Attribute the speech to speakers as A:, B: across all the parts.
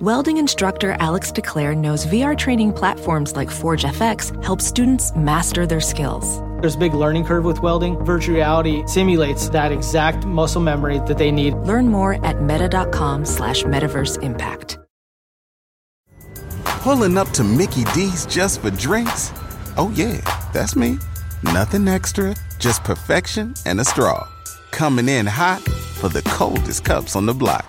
A: welding instructor Alex DeClaire knows VR training platforms like Forge FX help students master their skills.
B: There's a big learning curve with welding. Virtual reality simulates that exact muscle memory that they need.
A: Learn more at meta.com slash metaverse impact.
C: Pulling up to Mickey D's just for drinks? Oh, yeah, that's me. Nothing extra, just perfection and a straw. Coming in hot for the coldest cups on the block.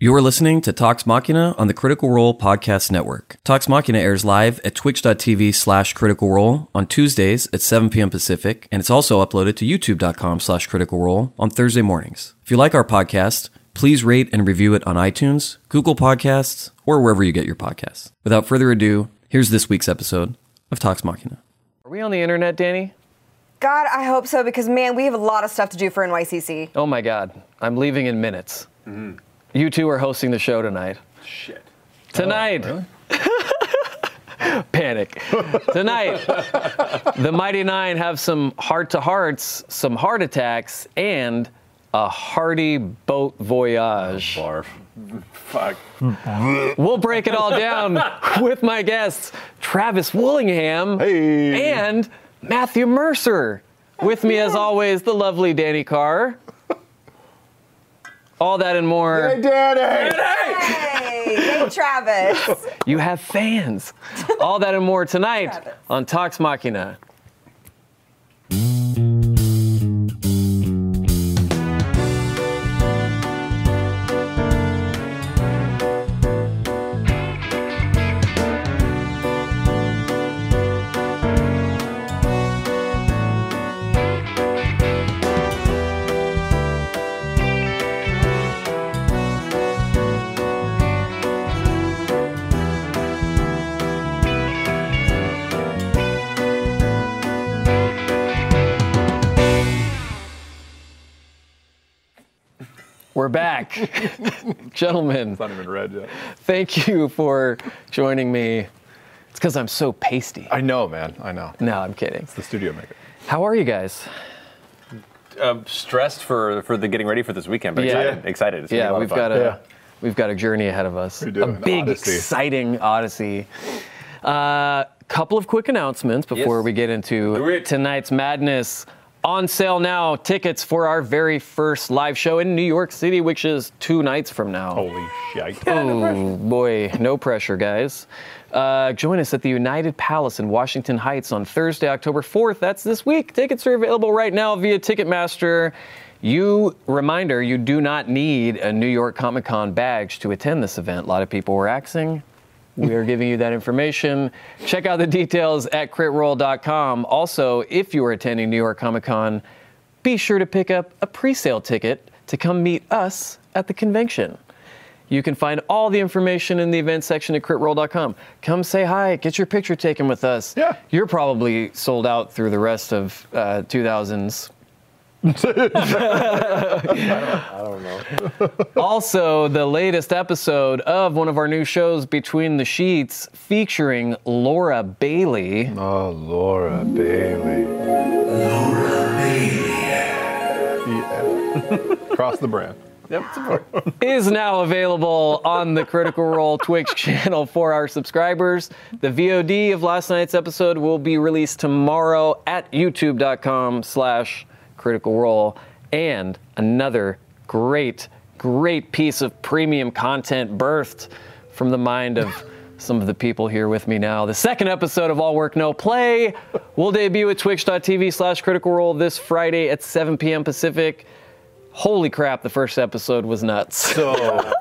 D: You're listening to Talks Machina on the Critical Role Podcast Network. Talks Machina airs live at twitch.tv slash critical role on Tuesdays at 7 p.m. Pacific, and it's also uploaded to youtube.com slash critical role on Thursday mornings. If you like our podcast, please rate and review it on iTunes, Google Podcasts, or wherever you get your podcasts. Without further ado, here's this week's episode of Talks Machina. Are we on the internet, Danny?
E: God, I hope so because man, we have a lot of stuff to do for NYCC.
D: Oh my God, I'm leaving in minutes. You two are hosting the show tonight.
F: Shit.
D: Tonight. Panic. Tonight, the Mighty Nine have some heart to hearts, some heart attacks, and a hearty boat voyage.
F: Barf. Fuck.
D: We'll break it all down with my guests, Travis Willingham
F: Hey.
D: and Matthew Mercer. With me, as always, the lovely Danny Carr. All that and more.
F: Hey, Daddy.
E: Hey, hey Travis.
D: You have fans. All that and more tonight on Talks Machina. We're back. Gentlemen,
F: Not even red yet.
D: thank you for joining me. It's because I'm so pasty.
F: I know, man. I know.
D: No, I'm kidding.
F: The studio maker.
D: How are you guys?
G: um, stressed for for the getting ready for this weekend, but
D: Yeah.
G: excited. Excited. It's gonna be
D: Yeah,
G: lot
D: we've
G: of fun.
D: got a
F: Yeah.
D: we've got a journey ahead of us.
F: We do,
D: A
F: an
D: big,
F: odyssey.
D: exciting odyssey. Uh, couple of quick announcements before
G: Yes.
D: we get
G: Do
D: into
G: it.
D: tonight's madness. On sale now, tickets for our very first live show in New York City, which is two nights from now.
F: Holy shit.
D: Oh boy, no pressure, guys. Uh, join us at the United Palace in Washington Heights on Thursday, October 4th. That's this week. Tickets are available right now via Ticketmaster. You reminder, you do not need a New York Comic Con badge to attend this event. A lot of people were axing. We are giving you that information. Check out the details at critroll.com. Also, if you are attending New York Comic Con, be sure to pick up a pre-sale ticket to come meet us at the convention. You can find all the information in the event section at critroll.com. Come say hi, get your picture taken with us.
F: Yeah.
D: You're probably sold out through the rest of uh, 2000s. I don't know. also, the latest episode of one of our new shows, Between the Sheets, featuring Laura Bailey.
F: Oh, Laura Bailey. Laura Bailey. Yeah. Cross the brand.
D: is now available on the Critical Role Twitch channel for our subscribers. The VOD of last night's episode will be released tomorrow at youtube.com slash critical role. And another great, great piece of premium content birthed from the mind of some of the people here with me now. The second episode of All Work No Play will debut at twitch.tv slash critical role this Friday at 7 p.m. Pacific. Holy crap, the first episode was nuts.
F: So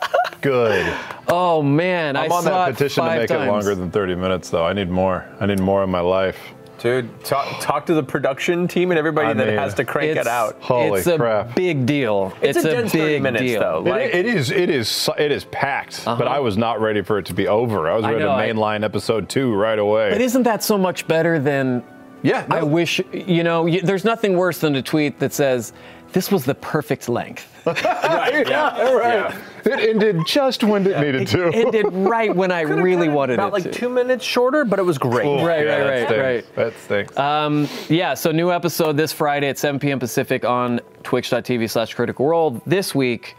F: good.
D: Oh man,
F: I'm
D: I
F: on
D: saw
F: that petition
D: it
F: to
D: five
F: make
D: times.
F: it longer than 30 minutes, though. I need more. I need more in my life.
G: dude. Talk talk to the production team and everybody
F: I
G: that
F: mean,
G: has to crank
D: it's,
G: it out.
F: Holy
D: it's a
F: crap.
D: big deal. It's,
G: a dense 30
D: big
G: minutes,
D: deal.
G: though.
F: It-
G: Like-
F: it is it is so- it is packed, but I was not ready for it to be over. I was
D: I
F: ready
D: know, I-
F: to mainline episode two right away.
D: But isn't that so much better than?
F: yeah,
D: I
F: no,
D: wish you know. You, there's nothing worse than a tweet that says, This was the perfect length.
G: Right. Yeah.
F: right. It ended just when it needed to.
D: It did right when I really wanted
H: About
D: it
H: like
D: to.
H: two minutes shorter, but it was great.
F: Ooh,
D: Right,
F: yeah,
D: right,
F: that
D: right,
F: stinks.
D: right. Um,
F: That stinks.
D: Yeah, so new episode this Friday at 7 p.m. Pacific on twitch.tv slash critical role. This week,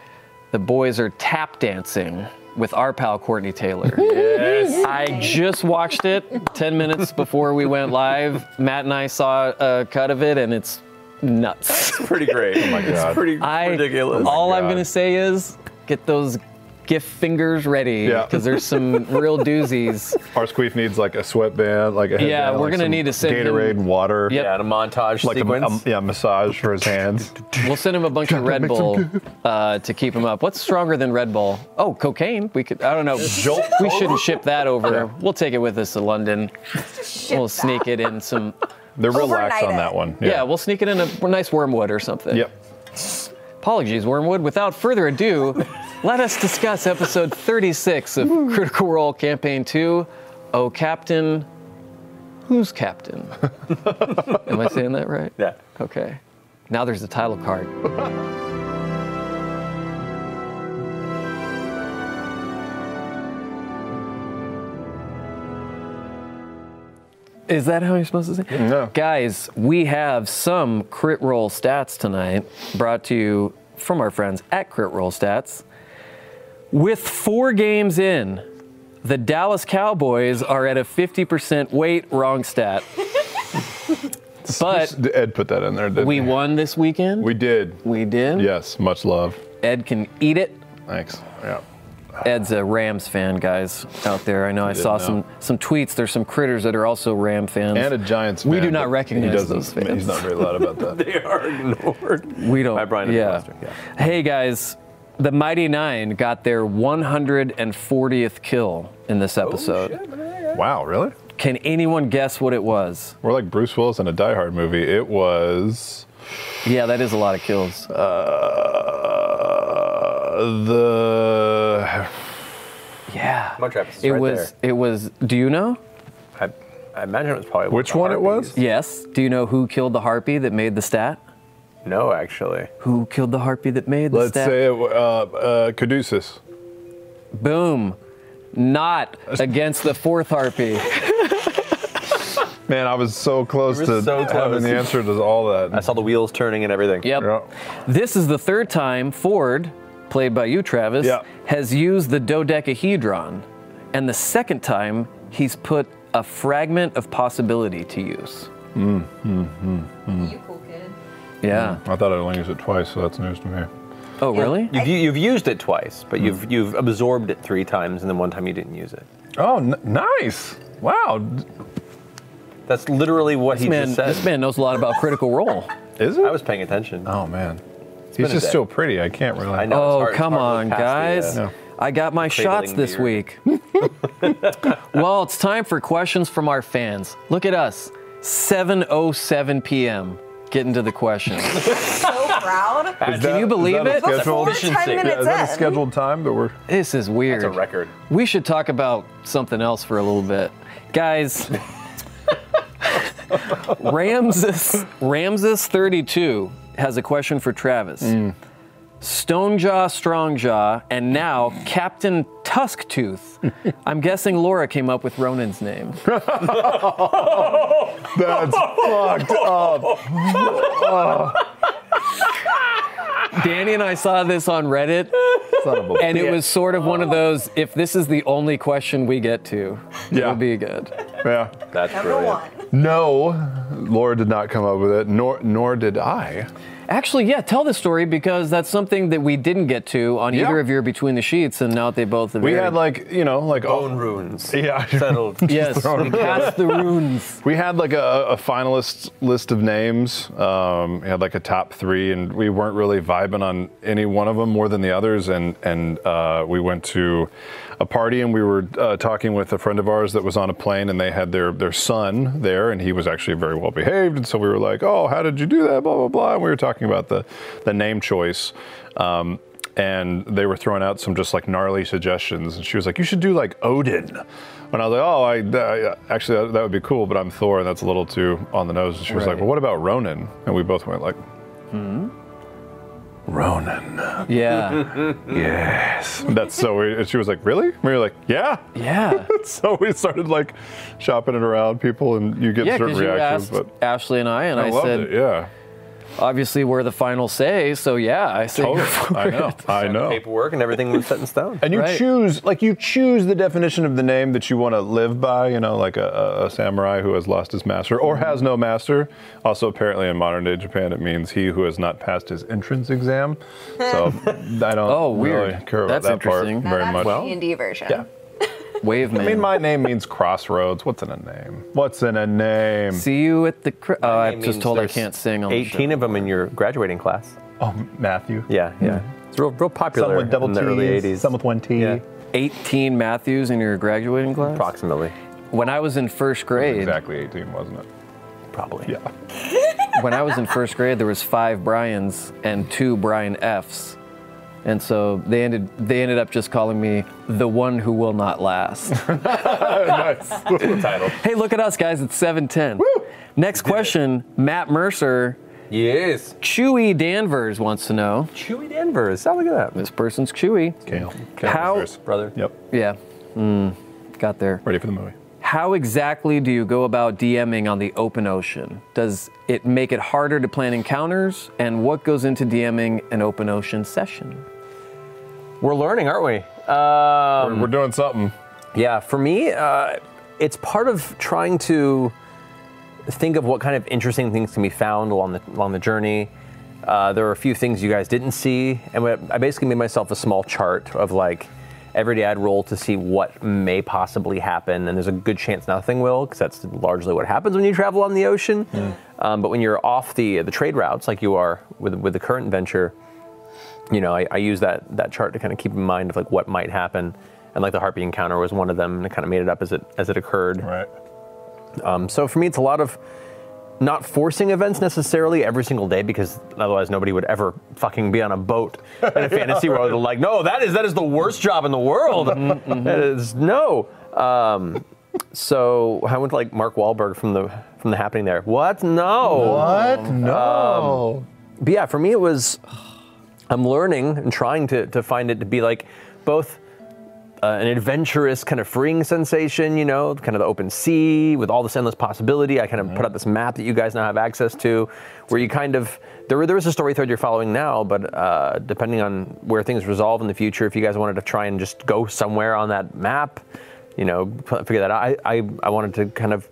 D: the boys are tap dancing with our pal Courtney Taylor. yes. I just watched it 10 minutes before we went live. Matt and I saw a cut of it, and it's nuts.
G: Pretty great. Oh my
F: God.
G: It's pretty
D: I,
G: ridiculous. Oh
D: All I'm
F: God.
D: going to say is get those gift fingers ready
F: Yeah.
D: because there's some real doozies.
F: Our squeef needs like a sweatband, like a
D: Yeah,
F: headband,
D: we're
F: like
D: gonna
F: some
D: need to send him-
F: Gatorade and water.
D: Yep.
G: yeah, and a montage
F: Like a,
G: sequence.
F: a- yeah, massage for his hands.
D: We'll send him a bunch of Red Bull uh, to keep him up. What's stronger than Red Bull? Oh, cocaine. We could. I don't know. We shouldn't ship that over. We'll take it with us to London. We'll sneak it in some.
F: They're real lax
E: Overnight
F: on
E: it.
F: that one.
D: Yeah, we'll sneak it in a nice wormwood or something.
F: Yep.
D: Apologies, wormwood. Without further ado, let us discuss episode 36 of Critical Role Campaign 2. Oh, Captain, who's Captain? Am I saying that right?
G: yeah.
D: Okay. Now there's the title card. Is that how you're supposed to say? it?
F: No.
D: Guys, we have some crit roll stats tonight brought to you from our friends at Crit Roll Stats. With four games in, the Dallas Cowboys are at a 50% wait, wrong stat. but
F: Ed put that in there, didn't
D: we
F: he?
D: won this weekend.
F: We did.
D: We did.
F: Yes, much love.
D: Ed can eat it.
F: Thanks. Yeah.
D: Ed's a Rams fan, guys, out there. I know I, saw
F: know.
D: some some tweets. There's some critters that are also Ram fans.
F: And a Giants
D: We
F: fan,
D: do not
F: but
D: recognize
F: he doesn't-
D: those fans.
F: He's not very loud about that.
G: They are ignored.
D: we don't.
G: By Brian
D: yeah.
G: Webster, yeah.
D: Hey guys, the Mighty Nine got their 140th kill in this
F: Oh,
D: episode.
F: wow, really?
D: can anyone guess what it was?
F: We're like Bruce Willis in a Die Hard movie. It was
D: Yeah, that is a lot of kills.
F: uh, the
D: yeah.
G: Montrap is
D: It
G: right
D: was. It was. Do you know?
G: I, I imagine it was probably
F: Which
G: the
F: one it was?
G: Harpies.
D: Yes. Do you know who killed the harpy that made the stat?
G: No, actually.
D: Who killed the harpy that made the
F: let's
D: stat?
F: say it, wa- uh, uh, Caduceus.
D: Boom. Not against the fourth harpy.
F: Man, I was so close
G: You were
F: to
G: so
F: having
G: close.
F: the answer to all
G: I
F: that.
G: saw the wheels turning and everything.
D: Yep.
F: Yeah.
D: This is the third time Ford, played by you, Travis,
F: Yeah.
D: has used the dodecahedron, and the second time he's put a fragment of possibility to use.
F: Mm,
I: You cool kid.
D: Yeah.
F: I thought I'd only used it twice, so that's news to me.
D: Oh, really?
G: You've, you've used it twice,
D: Hmm.
G: but you've you've absorbed it three times, and then one time you didn't use it.
F: Oh, n- nice! Wow,
G: That's literally what
D: This
G: he
D: man,
G: just said.
D: this man knows a lot about Critical Role.
F: is it?
G: I was paying attention.
F: oh man, he's
G: a
F: just
G: day.
F: still pretty. I can't really.
G: I know. it's
D: Oh,
G: hard- it's
D: come
G: hard to
D: on,
G: look past
D: guys.
G: the, uh,
D: I got my shots
G: cradling
D: this
G: beard.
D: week. well, it's time for questions from our fans. Look at us, 7:07 p.m. Getting to the questions.
E: So proud.
F: Is that-
D: you
F: is
D: believe
F: that a
D: it? That's
F: scheduled-
E: We're 10
G: Yeah,
F: Yeah,
E: minutes
F: is that a
E: in.
F: scheduled time that we're?
D: this is weird.
G: It's a record.
D: We should talk about something else for a little bit. Guys, Ramses Ramses 32 has a question for Travis.
G: Mm.
D: Stonejaw Strongjaw and now Captain Tusktooth. I'm guessing Laura came up with Ronan's name.
F: That's fucked up.
D: Danny and I saw this on Reddit
F: Son of a
D: and it
F: bitch.
D: was sort of one of those if this is the only question we get to,
F: yeah,
D: it'll be good.
F: yeah.
G: That's
E: Number
G: brilliant.
E: one.
F: No, Laura did not come up with it, nor nor did I.
D: Actually, yeah, tell the story because that's something that we didn't get to on
F: Yeah.
D: either of your Between the Sheets, and now they both have.
F: We
D: aired.
F: had like you know like all-
G: Bone runes.
F: Yeah.
G: Settled.
D: yes,
F: thrown
D: we passed the runes.
F: we had like a, a finalist list of names. Um, we had like a top three, and we weren't really vibing on any one of them more than the others. And and uh, we went to a party, and we were uh, talking with a friend of ours that was on a plane, and they had their their son there, and he was actually very well behaved. And so we were like, "Oh, how did you do that?" Blah blah blah. And we were talking about the the name choice. Um, and they were throwing out some just like gnarly suggestions. And she was like, "You should do like Odin." And I was like, "Oh, I, uh, actually that, that would be cool, but I'm Thor, and that's a little too on the nose." And she was like,
D: Right. Hmm?
F: "Well, what about Ronan?" And we both went like,
D: Mm.
F: Ronan.
D: Yeah.
F: yes. That's so weird. And she was like, really? We were like, yeah.
D: Yeah.
F: so we started like shopping it around people and you get
D: yeah,
F: certain
D: because you
F: reactions.
D: asked
F: But
D: Ashley and I, and I,
F: I loved
D: said,
F: it, yeah.
D: obviously we're the final say, so yeah, I say go
F: Totally.
D: for
F: Oh, I know.
D: it.
F: I know.
G: Paperwork and everything was set in stone.
F: And you
D: Right.
F: choose, like, you choose the definition of the name that you want to live by. You know, like a, a- a samurai who has lost his master or has no master. Also, apparently, in modern day Japan, it means he who has not passed his entrance exam. So I don't
D: Oh, weird.
F: really care about
D: That's
F: that part
D: interesting. Now
F: very
I: That's
F: much.
I: the indie version.
F: yeah.
D: Wave man.
F: I mean, my name means crossroads. What's in a name? What's in a name?
D: See you at the. Cr- oh,
G: My
D: I'm
G: name
D: just
G: means
D: told I
G: there's
D: can't sing on the show.
G: 18 of them in your graduating class.
F: Oh, Matthew.
G: Yeah, yeah. It's real, real popular
F: Hmm. Some with double
G: in
F: T.
G: the early 80s.
F: Some with one T.
G: Yeah.
D: 18 Matthews in your graduating class?
G: Approximately.
D: When I was in first grade,
F: Exactly 18, wasn't it?
G: Probably.
F: Yeah.
D: when I was in first grade, there was five Brians and two Brian Fs. And so they ended they ended up just calling me the one who will not last.
F: nice. title.
D: hey, look at us guys, it's 710. Next question, Matt Mercer,
G: Yes.
D: Chewy Danvers wants to know.
G: Chewy Danvers. Oh, look at that.
D: This person's Chewy.
F: Kale.
D: How-
G: Brother.
F: Yep.
D: Yeah. Mm, got there.
F: Ready for the movie.
D: How exactly do you go about DMing on the open ocean? Does it make it harder to plan encounters? And what goes into DMing an open ocean session?
G: We're learning, aren't we? Um,
F: We're doing something.
G: Yeah, for me, uh, it's part of trying to think of what kind of interesting things can be found along the along the journey. Uh, there are a few things you guys didn't see, and what- I basically made myself a small chart of like every day I'd roll to see what may possibly happen, and there's a good chance nothing will, because that's largely what happens when you travel on the ocean. Um, but when you're off the the trade routes, like you are with with the current venture, you know, I, I use that that chart to kind of keep in mind of like what might happen, and like the harpy encounter was one of them, and I kind of made it up as it as it occurred.
F: Right.
G: Um, so for me, it's a lot of not forcing events necessarily every single day because otherwise nobody would ever fucking be on a boat in a fantasy world. They're like, no, that is that is the worst job in the world. That is no. Um, so I went to like Mark Wahlberg from the from the happening there. What? No.
F: What? No.
G: But yeah, for me it was I'm learning and trying to to find it to be like both uh, an adventurous kind of freeing sensation, you know, kind of the open sea with all this endless possibility. I kind of
D: Mm-hmm.
G: put up this map that you guys now have access to, where you kind of there there is a story thread you're following now, but uh, depending on where things resolve in the future, if you guys wanted to try and just go somewhere on that map, you know, p- figure that out. I I, I wanted to kind of.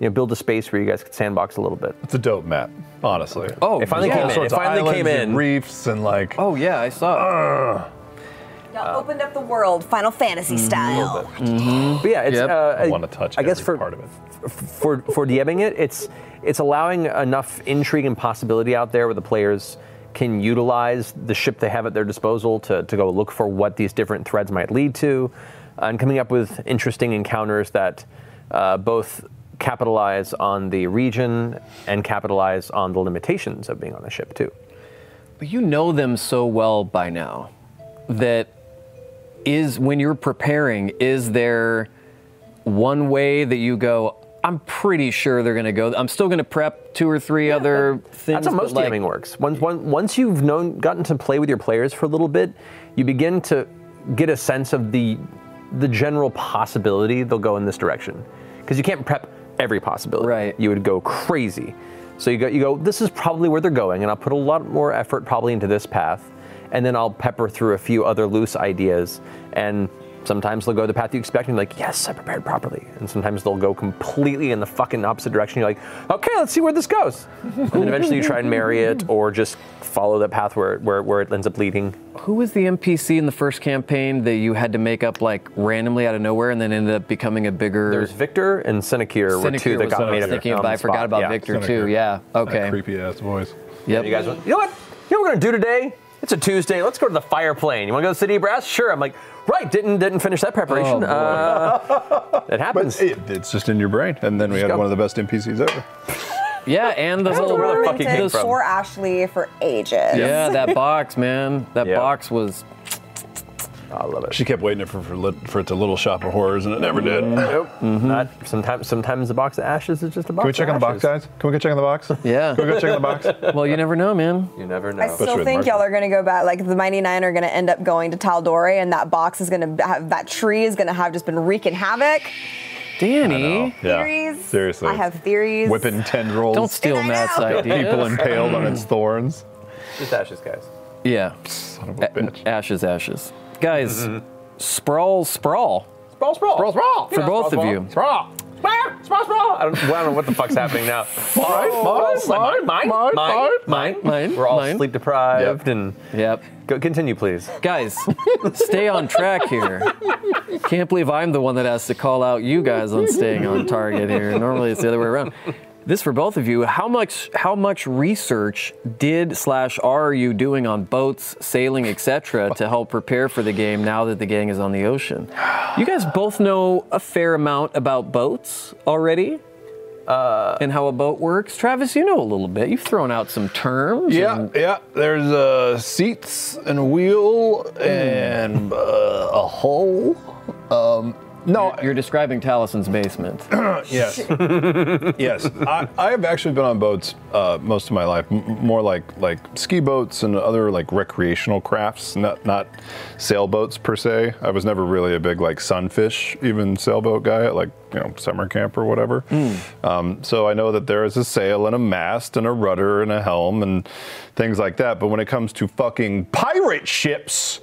G: You know, build a space where you guys could sandbox a little bit.
F: It's a dope map, honestly.
D: Oh,
G: It finally
D: yeah.
G: came
F: All
G: in.
F: sorts
G: it
F: of
G: finally
F: islands
G: came
F: and
G: in.
F: reefs and like.
D: Oh yeah, I saw. it.
I: Y'all opened up the world, Final Fantasy style.
G: But yeah, it's.
D: Yep.
G: Uh,
F: I want to touch.
G: I guess
F: every
G: for
F: part of it.
G: for for DMing it, it's it's allowing enough intrigue and possibility out there where the players can utilize the ship they have at their disposal to, to go look for what these different threads might lead to, and coming up with interesting encounters that uh, both capitalize on the region and capitalize on the limitations of being on a ship too.
D: But you know them so well by now that is when you're preparing, is there one way that you go, I'm pretty sure they're gonna go I'm still gonna prep two or three other things.
G: That's how
D: but
G: most
D: like,
G: DMing works. Once, one- once you've known, gotten to play with your players for a little bit, you begin to get a sense of the the general possibility they'll go in this direction, because you can't prep every possibility.
D: Right.
G: You would go crazy. So you go, you go. This is probably where they're going, and I'll put a lot more effort probably into this path, and then I'll pepper through a few other loose ideas, and sometimes they'll go the path you expect, and you're like, yes, I prepared properly, and sometimes they'll go completely in the fucking opposite direction. You're like, okay, let's see where this goes, and then eventually you try and marry it, or just follow that path where where where it ends up leading.
D: Who was the NPC in the first campaign that you had to make up like randomly out of nowhere and then ended up becoming a bigger
G: There's Victor and Senecure were two
D: Sinecure
G: that
D: was what
G: got
D: I
G: made
D: was
G: up.
D: thinking
G: on
D: of, but
G: the
D: I forgot
G: spot.
D: about
G: Yeah.
D: Victor
F: Sinecure.
D: too, yeah. Okay.
F: That creepy ass voice.
D: Yep. Oh,
G: You guys went, you know what? You know what we're gonna do today? It's a Tuesday. Let's go to the fire plane. You wanna go to the City of Brass? Sure. I'm like, right, didn't didn't finish that
D: Oh,
G: preparation.
D: boy.
G: uh, it happens.
F: But it, it's just in your brain. And then we had
G: go.
F: one of the best NPCs ever.
D: yeah, and the
G: don't know
D: little
G: where the fuck it came
E: Tormented
G: from.
E: for Ashley for ages.
D: Yeah, that box, man. That
G: Yeah.
D: box was
G: Oh, I love it.
F: She kept waiting for for, lit- for it to Little Shop of Horrors, and it never did.
D: Mm.
G: Nope. Not, sometimes, sometimes the box of ashes is just a box.
F: Can we check on the
G: of
F: box,
G: ashes.
F: guys? Can we go check on the box?
D: Yeah.
F: Can we go check on the box? Oh,
D: Well, you never know, man.
G: You never know.
I: I still think y'all are going to go back. Like the Mighty Nine are going to end up going to Taldore, and that box is going to have that tree is going to have just been wreaking havoc.
D: Danny,
I: Theories.
F: Seriously.
I: I have theories.
F: Whipping tendrils.
D: don't steal
I: I
D: Matt's
I: know.
D: idea.
F: People impaled on its thorns.
G: Just ashes, guys.
D: Yeah.
F: Son of a bitch.
D: Ashes, ashes. Guys, sprawl, sprawl.
G: Sprawl, sprawl, sprawl, sprawl.
D: For both of you.
G: Sprawl. Sprawl, sprawl, sprawl. I don't, well, I don't know what the fuck's happening now. Mine, mine, mine, mine, mine, mine,
D: mine,
G: We're all
D: mine.
G: sleep deprived and
D: Yep.
G: go, continue, please.
D: Guys, stay on track here. Can't believe I'm the one that has to call out you guys on staying on target here. Normally it's the other way around. This for both of you. How much how much research did slash are you doing on boats, sailing, etc., to help prepare for the game now that the gang is on the ocean? You guys both know a fair amount about boats already. and how a boat works. Travis, you know a little bit. You've thrown out some terms.
F: Yeah,
D: and-
F: yeah. There's uh, seats and a wheel and uh, a hull. Um, no,
D: You're describing Talison's basement.
F: yes, yes. I, I have actually been on boats uh, most of my life, m- m- more like like ski boats and other like recreational crafts, not not sailboats per se. I was never really a big like sunfish, even sailboat guy at like you know summer camp or whatever. Um, so I know that there is a sail and a mast and a rudder and a helm and things like that. But when it comes to fucking pirate ships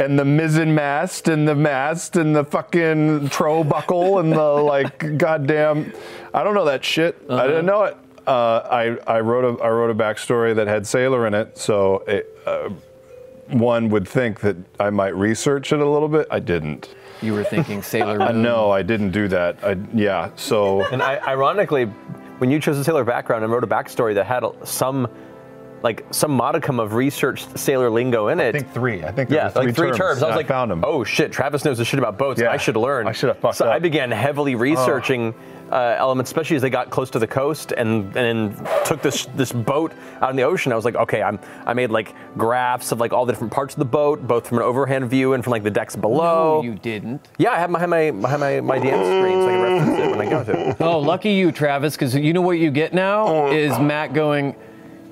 F: and the mizzen mast and the mast and the fucking trow buckle and the like goddamn I don't know that shit. I didn't know it. Uh, I I wrote a I wrote a backstory that had sailor in it, so it, uh, one would think that I might research it a little bit. I didn't.
D: You were thinking Sailor
F: I
D: Moon.
F: no, I didn't do that. I, yeah, so
G: And I, ironically, when you chose a sailor background and wrote a backstory that had some, like some modicum of researched sailor lingo in it.
F: I think three. I think there
G: yeah,
F: were three
G: like three terms. I
F: and
G: was like,
F: found them.
G: oh shit, Travis knows the shit about boats.
F: Yeah.
G: I should learn.
F: I should've fucked
G: So I
F: up. Oh.
G: began heavily researching uh, elements, especially as they got close to the coast and and took this this boat out in the ocean. I was like, okay, I'm I made like graphs of like all the different parts of the boat, both from an overhand view and from like the decks below.
D: you didn't.
G: yeah, I have my my my my, my DM screen so I can reference it when I go to. it.
D: Oh, lucky you, Travis, because you know what you get now
F: Oh.
D: is Matt going.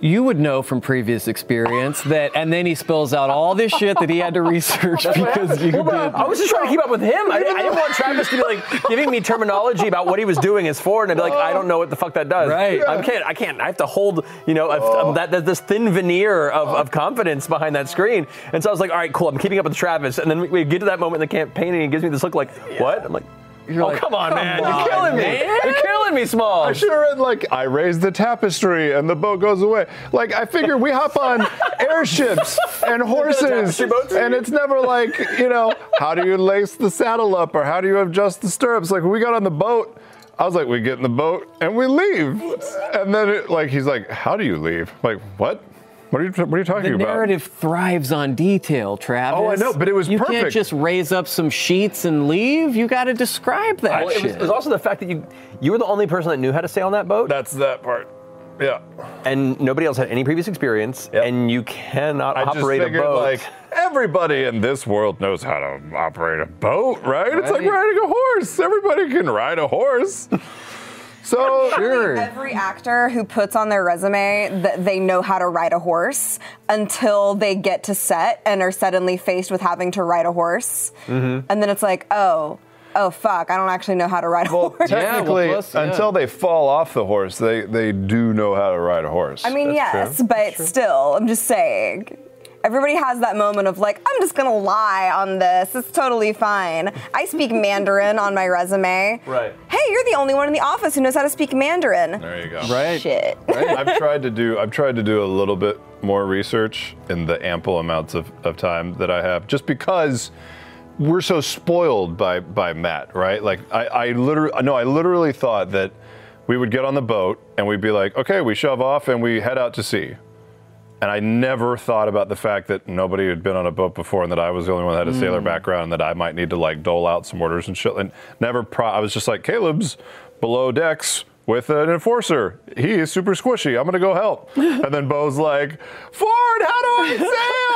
D: You would know from previous experience that, and then he spills out all this shit that he had to research because you
G: Well, bro,
D: did.
G: I was just trying to keep up with him. I, I didn't want Travis to be like giving me terminology about what he was doing is for, and I'd be like, I don't know what the fuck that does.
D: Right.
G: I can't. I can't. I have to hold, you know, a- that, that this thin veneer of, of confidence behind that screen. And so I was like, all right, cool. I'm keeping up with Travis. And then we, we get to that moment in the campaign, and he gives me this look like, what? I'm like.
D: You're
G: oh
D: like,
G: come on,
D: "Come
G: man!
D: on,
G: You're killing me!
D: man."
G: You're killing me, Small.
F: I should have read like I raise the tapestry and the boat goes away. Like I figure we hop on airships and horses,
G: Tapestry boats?
F: and it's never like you know how do you lace the saddle up or how do you adjust the stirrups. Like when we got on the boat, I was like we get in the boat and we leave, and then it, like he's like how do you leave? I'm like what? What are you What are you talking
D: The
F: about?
D: narrative thrives on detail, Travis.
F: Oh, I know, but it was
D: you You can't
F: perfect.
D: just raise up some sheets and leave. You got to describe that
G: Well, it,
D: shit.
G: was, it was also the fact that you you were the only person that knew how to sail on that boat,
F: That's that part. Yeah.
G: and nobody else had any previous experience,
F: Yep.
G: and you cannot
F: I just
G: operate
F: figured,
G: a boat.
F: like, everybody in this world knows how to operate a boat, right? It's like
D: Right.
F: riding a horse. Everybody can ride a horse. So,
D: sure.
I: Every actor who puts on their resume that they know how to ride a horse until they get to set and are suddenly faced with having to ride a horse.
D: Mm-hmm.
I: And then it's like, oh, oh fuck, I don't actually know how to ride a horse.
D: well,
F: technically,
D: plus, yeah.
F: until they fall off the horse, they, they do know how to ride a horse.
I: I mean, yes, but still, I'm just saying. Everybody has that moment of like, I'm just gonna lie on this. It's totally fine. I speak Mandarin on my resume.
G: Right.
I: Hey, you're the only one in the office who knows how to speak Mandarin.
F: there you go.
D: right?
I: Shit.
F: I've tried to do I've tried to do a little bit more research in the ample amounts of, of time that I have, just because we're so spoiled by by Matt, right? Like I, I literally no, I literally thought that we would get on the boat and we'd be like, okay, we shove off and we head out to sea. And I never thought about the fact that nobody had been on a boat before and that I was the only one that had a
G: Hmm.
F: sailor background and that I might need to like dole out some orders and shit. And never, pro- I was just like, Caleb's below decks with an enforcer. He is super squishy. I'm gonna go help. and then Bo's like, Ford, how do I sail?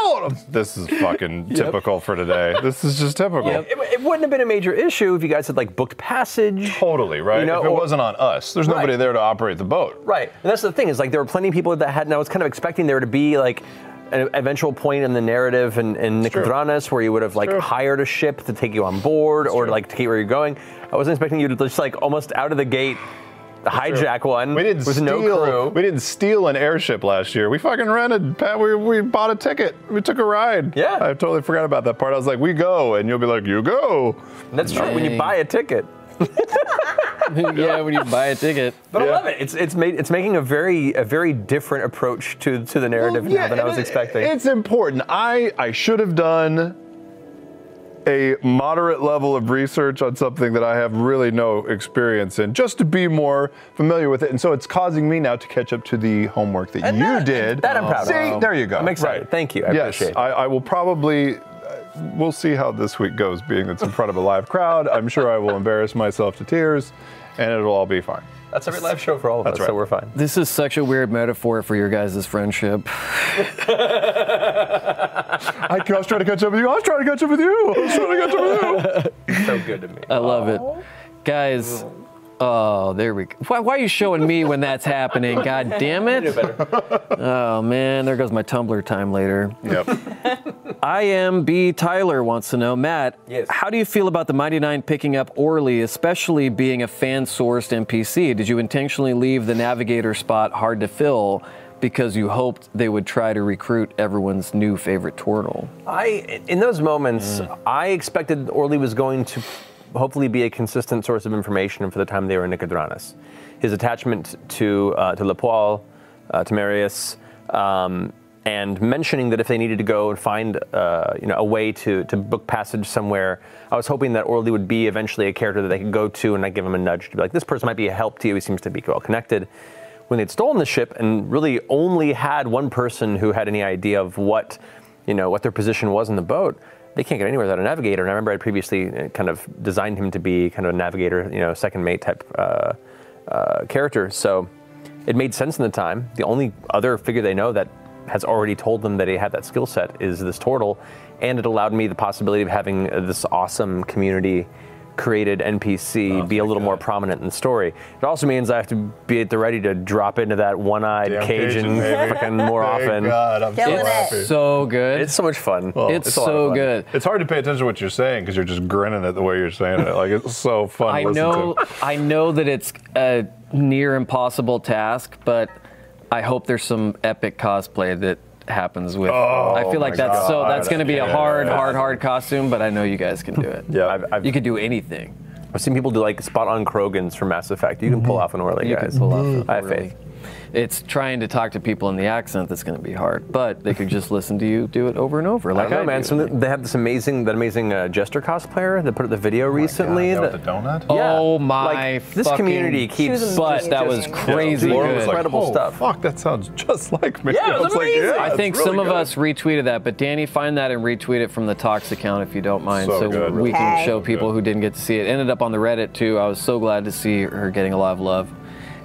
F: this is fucking typical for today. This is just typical.
G: It, it wouldn't have been a major issue if you guys had like booked passage.
F: Totally, right?
G: You know,
F: if it
G: or-
F: wasn't on us, there's nobody
G: Right.
F: there to operate the boat.
G: Right, and that's the thing is like there were plenty of people that had, and I was kind of expecting there to be like an eventual point in the narrative in, in Nicodranas where you would have like hired a ship to take you on board or like to get where you're going. I wasn't expecting you to just like almost out of the gate hijack one
F: We didn't
G: with
F: steal.
G: no crew.
F: We didn't steal an airship last year. We fucking rented. Pat, we, we bought a ticket. We took a ride.
G: Yeah.
F: I totally forgot about that part. I was like, we go, and you'll be like, you go.
G: That's true. When you buy a ticket.
D: yeah, when you buy a ticket.
G: But I love it. It's it's made it's making a very a very different approach to to the narrative now than I was
F: it-
G: expecting.
F: It's important. I I should have done a moderate level of research on something that I have really no experience in, just to be more familiar with it. And so it's causing me now to catch up to the homework that you did.
G: that I'm proud of.
F: See, there you go.
G: I'm excited.
F: Right.
G: Thank you. I
F: yes,
G: appreciate it.
F: I, I will probably. uh, We'll see how this week goes, being it's in front of a live crowd. I'm sure I will embarrass myself to tears, and it'll all be fine.
G: That's every live show for all of us,
F: right.
G: so we're fine.
D: This is such a weird metaphor for your guys' friendship.
F: I, I was trying to catch up with you. I was trying to catch up with you. I was trying to catch up with you.
G: So good to me.
D: I love it. Guys, oh, there we go. Why, why are you showing me when that's happening? God damn it. Oh, man, there goes my Tumblr time later.
F: Yep.
D: IMB Tyler wants to know, Matt,
G: Yes.
D: how do you feel about the Mighty Nine picking up Orly, especially being a fan sourced NPC? Did you intentionally leave the navigator spot hard to fill because you hoped they would try to recruit everyone's new favorite turtle?
G: I in those moments, I expected Orly was going to hopefully be a consistent source of information for the time they were in Nicodranas. His attachment to uh, to Lepoil, uh, to Marius, um, and mentioning that if they needed to go and find uh, you know a way to to book passage somewhere, I was hoping that Orly would be eventually a character that they could go to and I give him a nudge to be like, this person might be a help to you. He seems to be well connected. When they'd stolen the ship and really only had one person who had any idea of what you know what their position was in the boat they can't get anywhere without a navigator and i remember i previously uh, kind of designed him to be kind of a navigator you know second mate type uh, uh, character so it made sense in the time the only other figure they know that has already told them that he had that skill set is this turtle and it allowed me the possibility of having uh, this awesome community created
F: Oh,
G: npc be a little more prominent in the story it also means i have to be at the ready to drop into that one-eyed
F: Damn
G: cajun,
F: Cajun, baby.
G: fucking more
F: Thank
G: often
F: God, I'm
I: Killing
F: so
I: it.
F: happy.
D: So good.
G: it's so much fun
D: It's
G: a lot of
D: so
G: fun.
D: good.
F: It's hard to pay attention to what you're saying because you're just grinning at the way you're saying it. Like it's so fun. to
D: I
F: listen
D: know,
F: To.
D: I know that it's a near impossible task, but I hope there's some epic cosplay that happens with. I feel like
F: my
D: that's so.
F: God.
D: That's going to be a hard,
F: Yeah.
D: hard, hard costume, but I know you guys can do it.
F: Yeah.
G: I've, I've,
D: you could do anything.
G: I've seen people do like spot on Krogans from Mass Effect. You can pull
F: Mm-hmm.
G: off an Orly,
D: You
G: guys.
D: can pull off. an
G: I have
D: Orly.
G: faith.
D: It's trying to talk to people in the accent that's going to be hard, but they could just listen to you do it over and over.
G: I
D: Like
G: don't know, man.
D: do.
G: Some, they have this amazing, that amazing uh, jester cosplayer that put up the video recently.
F: Oh God, that
G: that-
F: with the donut?
G: Yeah.
D: Oh my!
G: Like, this
D: fucking
G: community keeps
I: She was
D: butt. That was
I: amazing.
F: Yeah,
D: crazy
F: Laura
D: good.
F: was like,
G: Incredible
F: "Oh,
G: stuff.
F: Fuck, that sounds just like me.
G: Yeah, it
F: I
G: was
F: like,
G: amazing.
D: I
F: it's
D: think
F: really
D: some of
F: good.
D: us retweeted that, but Danny, find that and retweet it from the Tox account if you don't mind,
F: So
D: so,
F: good.
D: we
I: Okay.
D: can show people who didn't get to see it. Ended up on the Reddit too. I was so glad to see her getting a lot of love.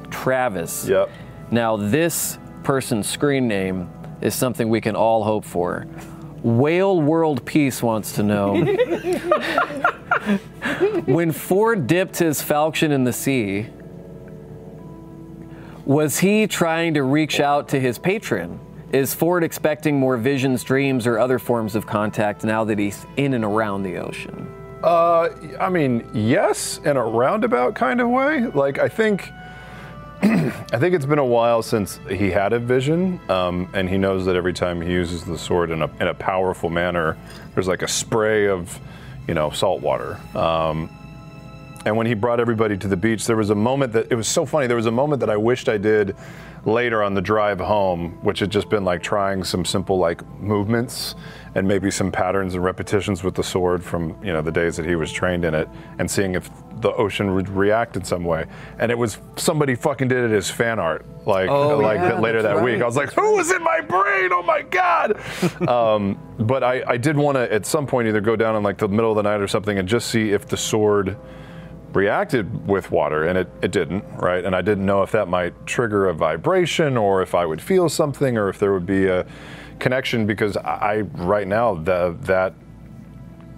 D: Travis.
F: Yep.
D: Now this person's screen name is something we can all hope for. Whale World Peace wants to know. when Ford dipped his falcon in the sea, was he trying to reach out to his patron? Is Ford expecting more visions, dreams, or other forms of contact now that he's in and around the ocean?
F: Uh, I mean, yes, in a roundabout kind of way. Like, I think, I think it's been a while since he had a vision, um, and he knows that every time he uses the sword in a in a powerful manner, there's like a spray of, you know, salt water. Um, and when he brought everybody to the beach, there was a moment that it was so funny. There was a moment that I wished I did later on the drive home, which had just been like trying some simple like movements and maybe some patterns and repetitions with the sword from you know the days that he was trained in it, and seeing if the ocean would react in some way. And it was somebody fucking did it as fan art, like like that later that week. I was like, who was in my brain? Oh my god! um, but I, I did want to at some point either go down in like the middle of the night or something and just see if the sword reacted with water and it, it didn't, right? And I didn't know if that might trigger a vibration or if I would feel something or if there would be a connection because I, I right now the, that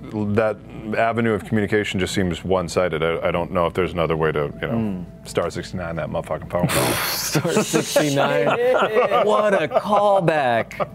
F: that avenue of communication just seems one-sided. I, I don't know if there's another way to, you know, star 69 that motherfucking phone call.
D: Star 69. what a callback.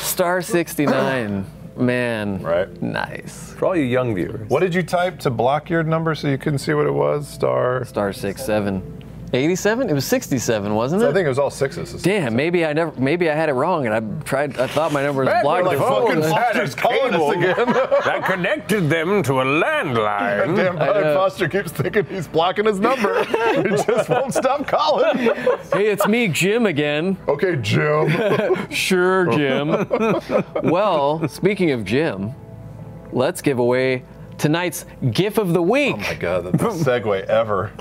D: Star 69. Man.
F: Right.
D: Nice.
G: For all you young viewers,
F: What did you type to block your number so you couldn't see what it was? Star.
D: Star 67. 87? It was 67, wasn't it?
F: I think it was all sixes. It's-
D: Damn, maybe I never maybe I had it wrong and I tried I thought my number was
F: Man,
D: blocked.
F: we're like
D: and
F: fucking
D: fucked.
F: Foster's calling us again.
G: that connected them to a landline.
F: Damn, Brian Foster keeps thinking he's blocking his number. he just won't stop calling.
D: hey, it's me, Jim again.
F: Okay, Jim.
D: Sure, Jim. well, speaking of Jim, let's give away tonight's GIF of the Week.
F: My God, that's the segue ever.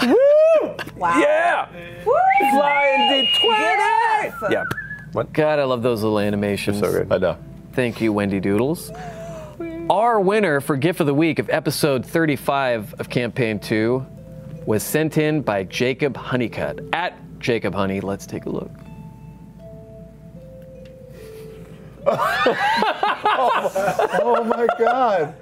G: Yeah. Flying the
I: Get up!
G: Yeah. What?
D: God, I love those little animations.
G: So good.
F: I know.
D: Thank you, Wendy Doodles. Our winner for GIF of the Week of episode 35 of Campaign 2 was sent in by Jacob Honeycutt. At Jacob Honey, let's take a look.
F: Oh my God.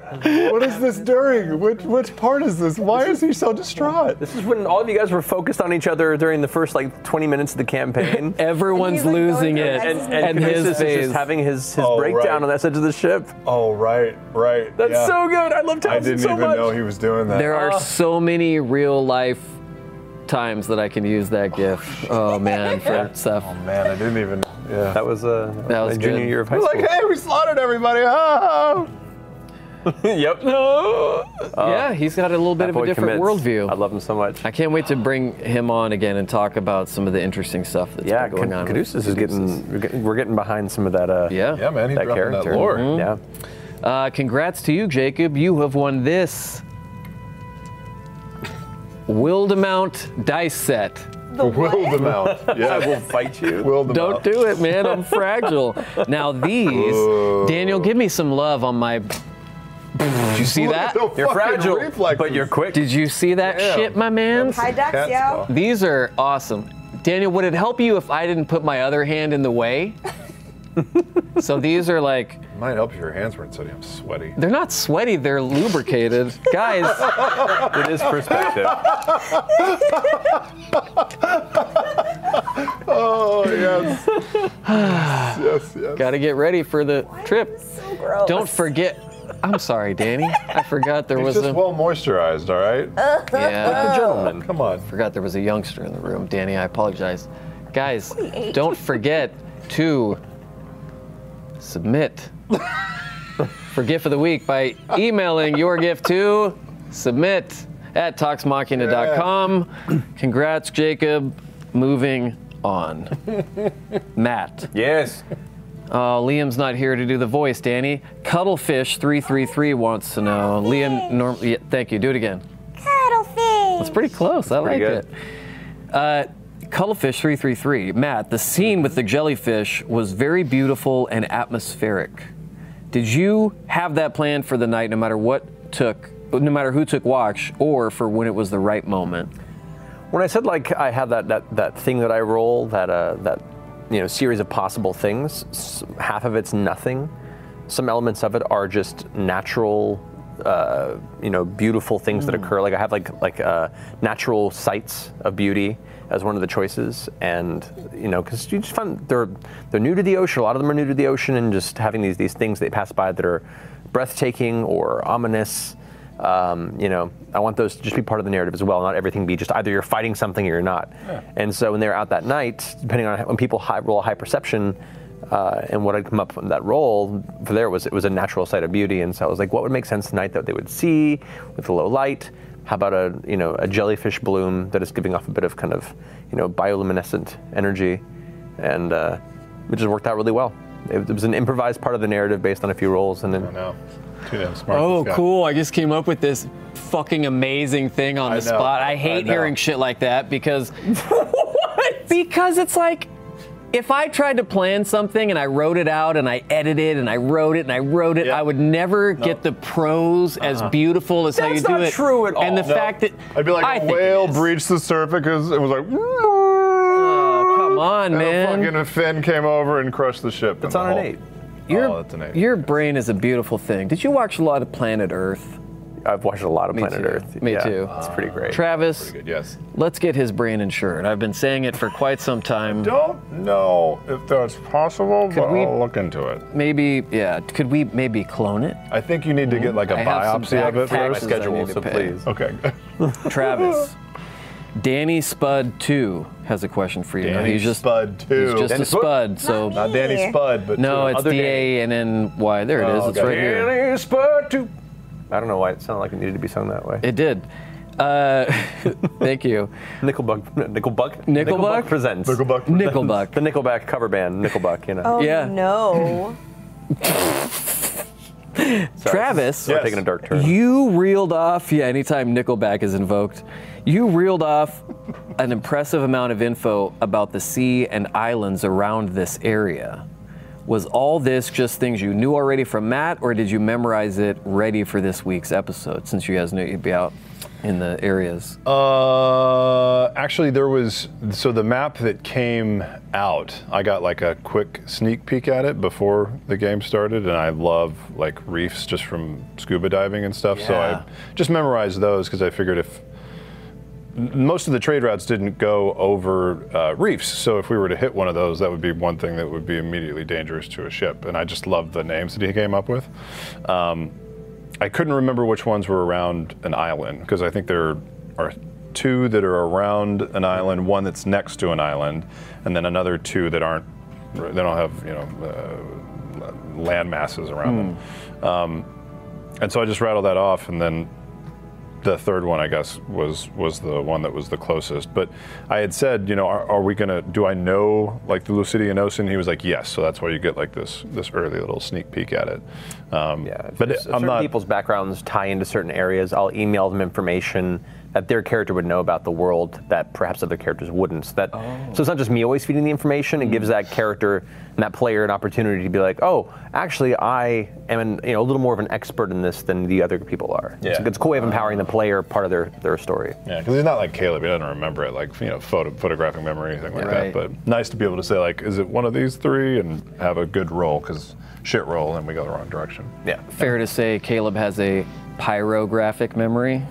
F: What is this during? Which which part is this? Why is he so distraught?
G: This is when all of you guys were focused on each other during the first like 20 minutes of the campaign.
D: Everyone's
I: He's, like, going
D: losing
I: through
D: it.
I: it.
G: and
I: And-
G: and,
D: his
G: Caduceus is
D: face.
G: just having his, his
F: Oh,
G: breakdown
F: right.
G: on that side of the ship.
F: Oh right, right.
G: That's
F: yeah.
G: so good. I love Townsend
F: I didn't
G: so
F: even
G: much.
F: know he was doing that.
D: there
G: Oh.
D: are so many real life times that I can use that GIF. Oh, man, for stuff.
F: Man, I didn't even. Yeah.
G: That was uh,
D: That was
G: my junior
D: good.
G: year of high
F: We're
G: school.
F: like, hey, we slaughtered everybody. Ah.
G: yep. Uh, No.
D: yeah, he's got a little bit of a different worldview.
G: I love him so much.
D: I can't wait to bring him on again and talk about some of the interesting stuff that's
G: yeah,
D: been going on.
G: Cad-
D: with
G: Caduceus is getting we're, getting we're getting behind some of that. Uh,
D: Yeah. Mm-hmm.
F: Yeah, man, he's
G: that
F: dropping
G: character.
F: that lore.
G: Yeah.
D: Uh, congrats to you, Jacob. You have won this Wildemount dice set.
F: Wildemount. Yeah, I will
G: Fight you.
F: Wildemount.
D: Don't do it, man. I'm fragile. Now these, Daniel, give me some love on my. Did you see
F: Look
D: that?
F: at the
G: You're
F: fucking
G: fragile,
F: reflexes.
G: but you're quick.
D: Did you see that
F: Damn.
D: shit, my man?
I: Hi, Dex,
F: Cat's
I: yo.
F: paw.
D: These are awesome. Daniel, would it help you if I didn't put my other hand in the way? so these are like
F: Might help if your hands weren't so damn sweaty.
D: they're not sweaty, they're lubricated. Guys,
G: It is perspective.
F: Oh yes. yes, yes.
D: gotta get ready for the trip.
I: So gross.
D: Don't forget. I'm sorry, Danny. I forgot there
F: He's
D: was
F: just
D: a
F: well moisturized, all right?
D: yeah.
G: Gentlemen.
F: Come on.
D: Forgot there was a youngster in the room, Danny. I apologize, guys. Don't forget to submit for gift of the week by emailing your gift to submit at talksmachina.com. Congrats, Jacob. Moving on. Matt.
G: Yes.
D: Uh, Liam's not here to do the voice, Danny. Cuddlefish333 wants to know. Liam, norm- yeah, thank you. Do it again. That's pretty close. I like
G: Pretty
D: it. Uh, Cuttlefish333. Matt, the scene with the jellyfish was very beautiful and atmospheric. Did you have that plan for the night, no matter what took, no matter who took watch, or for when it was the right moment?
G: When I said like I had that that, that thing that I roll that uh, that you know series of possible things, s- half of it's nothing. Some elements of it are just natural, uh, you know, beautiful things that occur. Like I have like like uh, natural sights of beauty as one of the choices, and you know, because you just find they're they're new to the ocean. A lot of them are new to the ocean, and just having these these things that pass by that are breathtaking or ominous um, you know, I want those to just be part of the narrative as well, not everything be just either you're fighting something or you're not. And so when they were out that night, depending on how- when people high, roll a high perception uh, and what had come up from that roll, for there was it was a natural sight of beauty. And so I was like, what would make sense tonight that they would see with the low light? How about a you know a jellyfish bloom that is giving off a bit of kind of you know bioluminescent energy, and uh, it just worked out really well. It, it was an improvised part of the narrative based on a few rolls, and then
F: No. Too damn smart.
D: Oh,
F: this guy.
D: cool. I just came up with this fucking amazing thing on the
F: I know.
D: spot. I
F: I
D: hate
F: know.
D: hearing shit like that because Because it's like if I tried to plan something and I wrote it out and I edited and I wrote it and I wrote it, I would never get the prose as beautiful as how you
G: That's
D: do
G: not
D: it.
G: true at
D: And the
G: all. No.
D: fact that
F: Uh-huh. I'd be like
D: I
F: a
D: think it
F: whale
D: is.
F: breached the surface and was like,
D: Oh, come on, man.
F: and a fucking fin came over and crushed the ship. It's
G: on an eight.
D: your,
F: Oh, that's an eight.
D: your brain is a beautiful thing. Did you watch a lot of Planet Earth?
G: I've watched a lot of Planet
D: too.
G: Earth.
D: Me
G: Yeah,
D: too.
G: It's pretty great.
D: Travis,
F: Yes.
D: let's get his brain insured. I've been saying it for quite some time.
F: Don't know if that's possible, but
D: we-
F: I'll look into it.
D: Maybe, yeah. Could we maybe clone it?
F: I think you need to get like a
D: I have some
F: biopsy of it
D: back
F: first.
D: taxes I need to pay.
F: Okay.
D: Travis. Danny Spud 2 has a question for you.
F: Danny
D: he's just,
F: Spud 2.
D: He's just
F: Danny
D: a Spud, so.
F: Not Danny Spud, but
D: No,
F: two
D: it's
F: other
D: D
F: Danny.
D: A and then Y. There it is.
F: Oh,
D: It's
F: okay.
D: right here.
G: I don't know why it sounded like it needed to be sung that way.
D: It did. Uh, thank you.
G: Nickelbuck, Nickelbuck,
D: Nickelbuck?
G: presents
F: Nickelbuck.
G: the
D: Nickelbuck.
G: Nickelback cover band, Nickelbuck. You know,
I: Oh,
D: Yeah.
I: no.
G: Sorry,
D: Travis,
G: we're
F: Yes.
G: taking a dark turn.
D: you reeled off, yeah, anytime Nickelback is invoked, you reeled off an impressive amount of info about the sea and islands around this area. Was all this just things you knew already from Matt, or did you memorize it ready for this week's episode since you guys knew you'd be out in the areas?
F: Uh, actually, there was so the map that came out. I got like a quick sneak peek at it before the game started, and I love like reefs just from scuba diving and stuff. So
D: Yeah.
F: I just memorized those because I figured if n- most of the trade routes didn't go over uh, reefs, so if we were to hit one of those, that would be one thing that would be immediately dangerous to a ship. And I just loved the names that he came up with. Um, I couldn't remember which ones were around an island because I think there are two that are around an island, one that's next to an island, and then another two that aren't. They don't have you know uh, land masses around them. Um, and so I just rattled that off, and then the third one, I guess, was was the one that was the closest. But I had said, you know, are, are we gonna? Do I know like the Lucidian Ocean? He was like, yes. So that's why you get like this this early little sneak peek at it. Um,
G: Yeah,
F: but
G: if
F: it- I'm
G: certain
F: not.
G: people's backgrounds tie into certain areas. I'll email them information that their character would know about the world that perhaps other characters wouldn't. So that
F: Oh.
G: so it's not just me always feeding the information. It
F: Hmm.
G: gives that character and that player an opportunity to be like, oh, actually, I am an, you know a little more of an expert in this than the other people are. It's,
F: Yeah.
G: it's a cool way of empowering the player part of their their story.
F: Yeah, because he's not like Caleb. He doesn't remember it, like you know, photo, photographic memory, or anything like
D: Right.
F: that. But nice to be able to say like, is it one of these three, and have a good roll because shit roll and we go the wrong direction.
G: Yeah.
D: Fair to say Caleb has a pyrographic memory.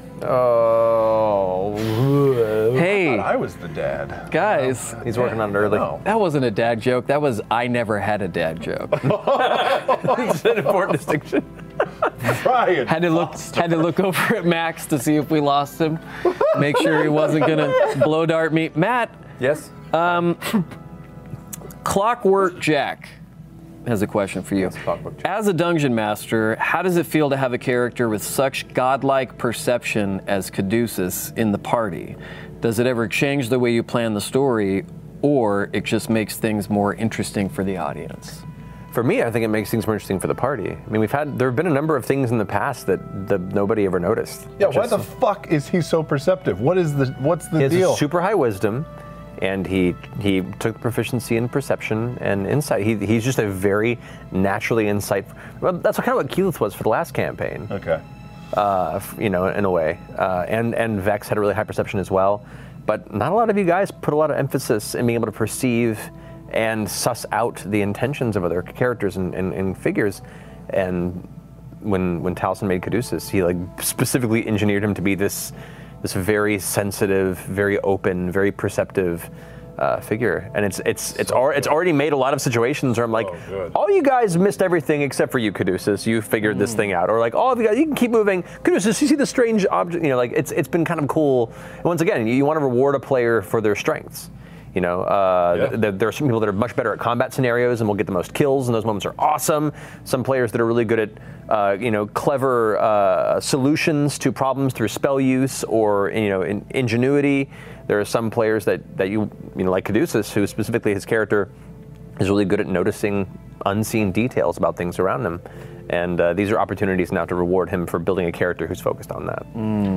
G: Oh.
D: Hey,
F: I was the dad.
D: guys,
G: He's working on it early.
F: No.
D: that wasn't a dad joke. That was I never had a dad joke.
G: it's an important distinction.
F: Brian.
D: Had to look had to look over at Max to see if we lost him. Make sure he wasn't gonna blow dart me. Matt,
G: Yes.
D: Clockwork Jack has a question for you.
G: Clockwork Jack.
D: As a dungeon master, how does it feel to have a character with such godlike perception as Caduceus in the party? Does it ever change the way you plan the story, or it just makes things more interesting for the audience?
G: For me, I think it makes things more interesting for the party. I mean, we've had there have been a number of things in the past that the, nobody ever noticed.
F: yeah, why the fuck is he so perceptive? What is the what's the
G: He has a
F: deal?
G: super high wisdom, and he he took proficiency in perception and insight. He, he's just a very naturally insight. Well, that's kind of what Keyleth was for the last campaign
F: okay.
G: uh, f- you know, in a way. Uh, and and Vex had a really high perception as well, but not a lot of you guys put a lot of emphasis in being able to perceive and suss out the intentions of other characters and, and, and figures. And when when Taliesin made Caduceus, he like specifically engineered him to be this this very sensitive, very open, very perceptive. Uh, figure and it's it's it's, al- it's already made a lot of situations where I'm like,
F: good.
G: all you guys missed everything except for you, Caduceus. You figured this thing out, or like all of you guys, you can keep moving. Caduceus, you see the strange object. You know, like it's it's been kind of cool. And once again, you, you want to reward a player for their strengths. You know, uh,
F: Yeah.
G: th- th- there are some people that are much better at combat scenarios and will get the most kills, and those moments are awesome. Some players that are really good at, uh, you know, clever uh, solutions to problems through spell use or you know in, ingenuity. There are some players that that you you know like Caduceus, who specifically his character is really good at noticing unseen details about things around him And uh, these are opportunities now to reward him for building a character who's focused on that.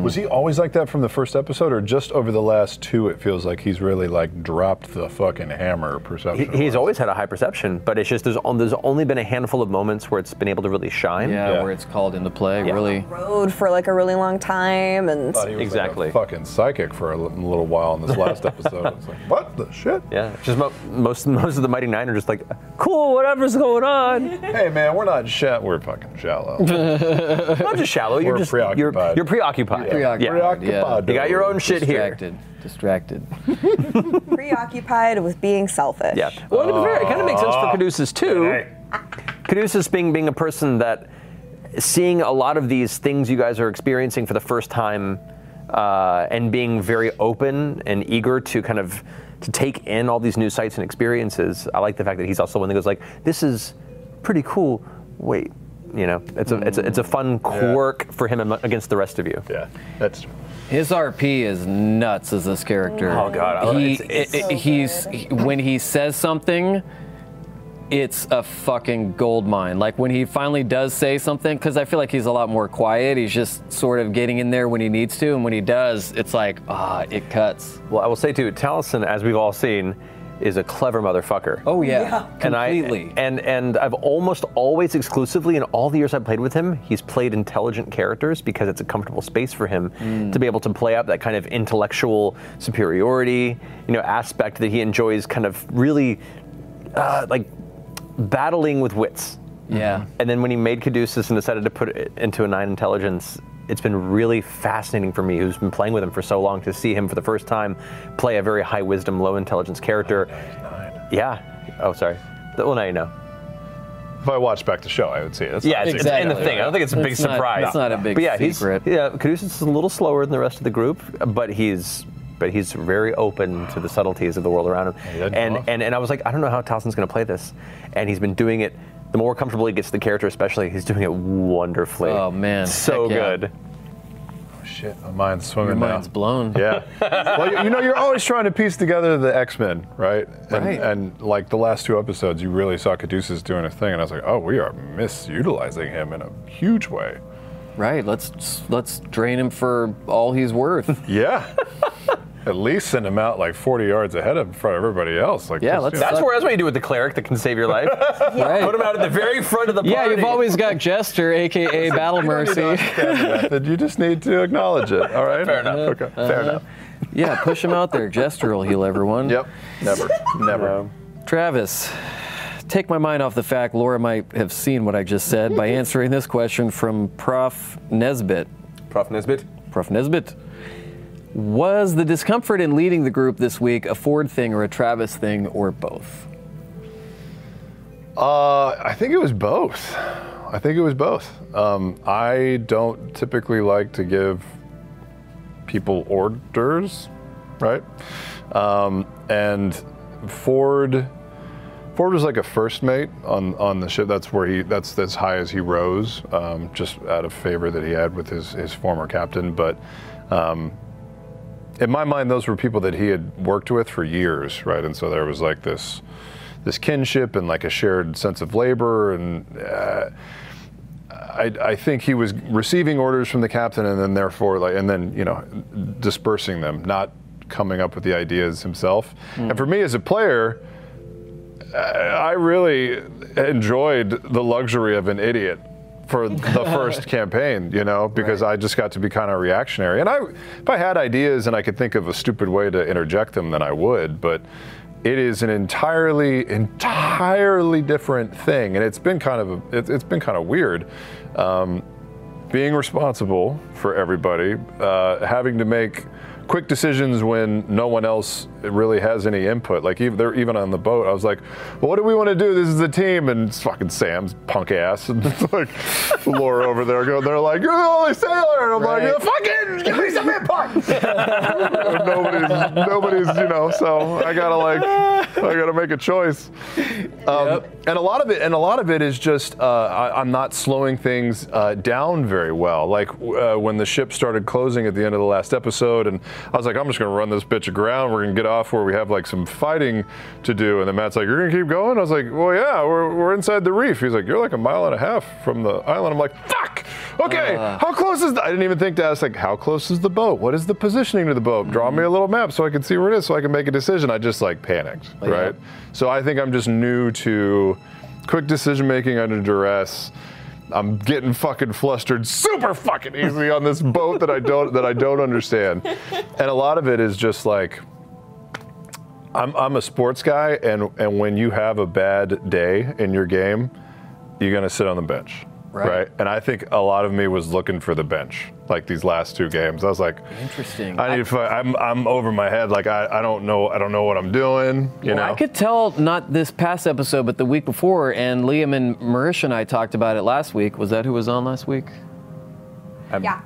F: Was he always like that from the first episode, or just over the last two? It feels like he's really like dropped the fucking hammer
G: He,
F: perception.
G: he's always had a high perception, but it's just there's, on, there's only been a handful of moments where it's been able to really shine.
D: Yeah, where it's called into play, really.
I: Road for like a really long time, and
F: Thought he was like a
G: Exactly.
F: fucking psychic for a li- little while in this last episode. It's like, what the shit?
G: Yeah, it's just mo- most most of the Mighty Nine are just like, cool, whatever's going on.
F: Hey man, we're not shallow. We're fucking
G: Mm-hmm.
F: shallow.
G: Not just shallow. You're
F: We're
G: just You're,
F: preoccupied.
G: you're preoccupied.
D: Preoccupied,
G: Yeah.
F: Preoccupied.
G: You got your own shit here.
D: Distracted. Distracted.
I: preoccupied with being selfish.
G: Yeah. Well, to be fair, it kind of makes sense for Caduceus too.
F: Hey.
G: Caduceus being being a person that seeing a lot of these things you guys are experiencing for the first time, uh, and being very open and eager to kind of to take in all these new sights and experiences. I like the fact that he's also one that goes like, "This is pretty cool." Wait, you know, it's a it's a, it's a fun quirk for him am- against the rest of you.
F: Yeah, that's
D: His RP is nuts as this character.
G: Oh, God, I love it.
D: he,
G: It's-
D: it- it- he's he- when he says something, it's a fucking gold mine. Like when he finally does say something, because I feel like he's a lot more quiet. He's just sort of getting in there when he needs to, and when he does, it's like ah, it cuts.
G: Well, I will say too, Taliesin, as we've all seen, is a clever motherfucker.
D: Oh yeah, completely.
G: And I and and I've almost always exclusively in all the years I've played with him, he's played intelligent characters because it's a comfortable space for him to be able to play out that kind of intellectual superiority, you know, aspect that he enjoys kind of really uh, like battling with wits.
D: yeah.
G: And then when he made Caduceus and decided to put it into a nine intelligence, it's been really fascinating for me, who's been playing with him for so long, to see him for the first time play a very high wisdom, low intelligence character. Yeah. Oh, sorry. Well, now you know.
F: If I watched back the show, I would see it. That's
G: Yeah, it's,
F: not-
G: it's in the
D: Exactly.
G: thing. I don't think it's a big
D: It's not-
G: surprise.
D: it's not a big
G: but yeah,
D: secret.
G: He's, yeah, Caduceus is a little slower than the rest of the group, but he's but he's very open to the subtleties of the world around
F: he
G: him.
F: doesn't
G: And,
F: bluff.
G: and and I was like, I don't know how Towson's going to play this, and he's been doing it. The more comfortable he gets the character, especially, he's doing it wonderfully.
D: Oh, man.
G: so
D: Heck yeah.
G: good.
F: Shit, my mind's swimming
D: Your
F: now.
D: mind's blown.
F: Yeah. well, you, you know, you're always trying to piece together the X Men, right? And,
D: Right.
F: and like the last two episodes, you really saw Caduceus doing a thing, and I was like, oh, we are misutilizing him in a huge way.
D: Right. Let's let's drain him for all he's worth.
F: Yeah. At least send him out like 40 yards ahead of in front of everybody else. Like,
D: Yeah,
F: just,
D: let's-
F: you know,
G: That's where that's what you do with the cleric that can save your life.
D: Right.
G: Put him out at the very front of the party.
D: yeah, you've always got Jester, aka Battle
F: you don't need to
D: Mercy.
F: understand the method, you just need to acknowledge it. All right. Fair enough. Okay. Fair enough.
D: yeah, push him out there. Jester will heal everyone.
F: Yep. Never. Never.
D: Travis, take my mind off the fact Laura might have seen what I just said by answering this question from Prof. Nesbitt.
G: Prof Nisbet.
D: Prof. Nesbitt. Was the discomfort in leading the group this week a Ford thing or a Travis thing or both?
F: Uh, I think it was both. I think it was both. Um, I don't typically like to give people orders, right? Um, and Ford, Ford was like a first mate on on the ship. That's where he. That's as high as he rose, um, just out of favor that he had with his his former captain. But um, in my mind, those were people that he had worked with for years, right? And so there was like this this kinship and like a shared sense of labor and uh, I, I think he was receiving orders from the captain and then therefore like and then you know dispersing them not coming up with the ideas himself and for me as a player I really enjoyed the luxury of an idiot for the first campaign, you know, because I just got to be kind of reactionary. And I, if I had ideas and I could think of a stupid way to interject them, then I would. But it is an entirely, entirely different thing, and it's been kind of, a, it, it's been kind of weird. Um, being responsible for everybody, uh, having to make quick decisions when no one else really has any input. Like even they're even on the boat. I was like, well, "What do we want to do? This is the team." And it's fucking Sam's punk ass and it's like Laura over there. Go, they're like, "You're the only sailor," and I'm
D: Right.
F: like, "Fucking give me some input." nobody's, nobody's, you know. So I gotta like I gotta make a choice. Um, And a lot of it, and a lot of it is just uh, I, I'm not slowing things uh, down very well. Like uh, when the ship started closing at the end of the last episode, and I was like, I'm just gonna run this bitch aground. We're gonna get off where we have like some fighting to do. And then Matt's like, You're gonna keep going? I was like, Well, yeah, we're, we're inside the reef. He's like, You're like a mile and a half from the island. I'm like, Fuck. Okay, how close is? The, I didn't even think to ask like, How close is the boat? What is the positioning to the boat? Draw me a little map so I can see where it is, so I can make a decision. I just like panicked, right? So I think I'm just new to quick decision making under duress. I'm getting fucking flustered super fucking easily on this boat that I don't that I don't understand. And a lot of it is just like I'm I'm a sports guy and and when you have a bad day in your game, you're going to sit on the bench.
D: Right.
F: And I think a lot of me was looking for the bench like these last two games. I was like
D: Interesting.
F: I need to fi- I'm I'm over my head like I, I don't know I don't know what I'm doing, you
D: Well,
F: know.
D: I could tell not this past episode, but the week before, and Liam and Marisha and I talked about it last week. Was that who was on last week?
I: yeah.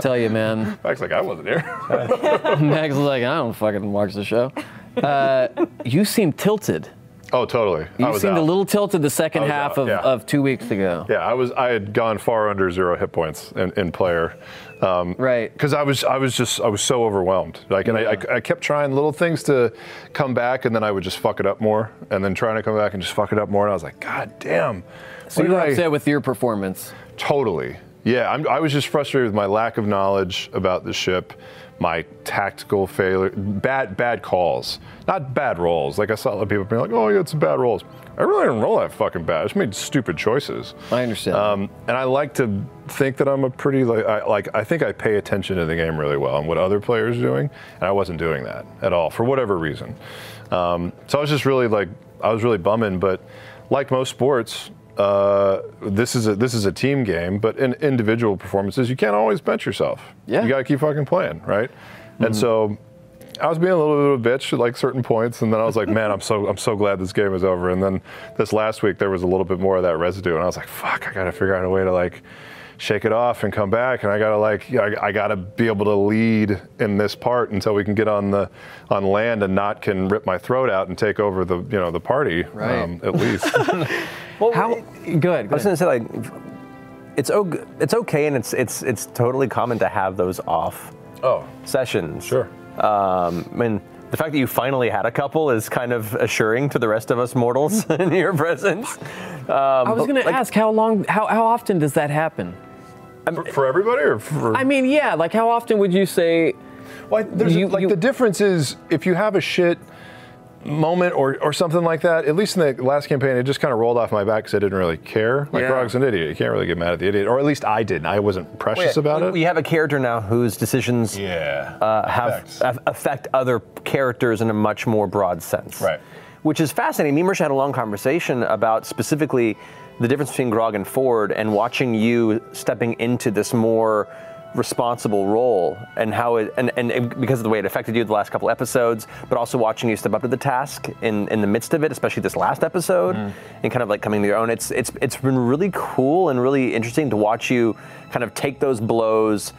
D: tell you, man.
F: Max like I wasn't here.
D: Max was like, I don't fucking watch the show. Uh, you seem tilted.
F: oh, totally. I
D: You
F: was
D: seemed
F: out.
D: a little tilted the second
F: I was
D: half
F: out,
D: of,
F: yeah.
D: of two weeks ago.
F: Yeah, I was. I had gone far under zero hit points in, in player. Um,
D: Right.
F: Because I was, I was just, I was so overwhelmed. Like, and I, I, I kept trying little things to come back, and then I would just fuck it up more, and then trying to come back and just fuck it up more, and I was like, God damn.
D: So
F: what
D: you were
F: did I-
D: upset with your performance.
F: Totally. Yeah, I'm, I was just frustrated with my lack of knowledge about the ship, my tactical failure, bad bad calls, not bad rolls. Like I saw a lot of people being like, "Oh, yeah, it's bad rolls." I really didn't roll that fucking bad. I just made stupid choices.
D: I understand.
F: Um, and I like to think that I'm a pretty like I, like I think I pay attention to the game really well and what other players are doing, and I wasn't doing that at all for whatever reason. Um, so I was just really like I was really bumming, but like most sports, uh, this is a this is a team game, but in individual performances, you can't always bench yourself.
D: Yeah.
F: you gotta keep fucking playing, right? And so. I was being a little bit of a bitch at like certain points, and then I was like, "Man, I'm so I'm so glad this game is over." And then this last week, there was a little bit more of that residue, and I was like, "Fuck, I gotta figure out a way to like shake it off and come back, and I gotta like you know, I, I gotta be able to lead in this part until we can get on the on land and not can rip my throat out and take over the you know the party um,
D: Right.
F: at least."
D: How? Good.
G: I was gonna say like, it's okay, it's okay, and it's it's it's totally common to have those off
F: oh,
G: sessions.
F: Sure.
G: Um, I mean, the fact that you finally had a couple is kind of assuring to the rest of us mortals in your presence. Um,
D: I was going to ask how long, how, how often does that happen?
F: for, for everybody or for
D: I mean, yeah, like how often would you say,
F: Well, I- there's a-
D: You-
F: like
D: you-
F: the difference is if you have a shit moment or, or something like that. At least in the last campaign, it just kind of rolled off my back because I didn't really care. Like
D: Yeah.
F: Grog's an idiot. You can't really get mad at the idiot, or at least I didn't. I wasn't precious about
G: we,
F: it.
G: we have a character now whose decisions
F: yeah.
G: uh, have
F: Effects.
G: have- affect other characters in a much more broad sense.
F: Right.
G: Which is fascinating. Me and Marisha had a long conversation about specifically the difference between Grog and Ford and watching you stepping into this more responsible role and how it and, and it- because of the way it affected you the last couple episodes but also watching you step up to the task in in the midst of it especially this last episode and kind of like coming to your own it's it's it's been really cool and really interesting to watch you kind of take those blows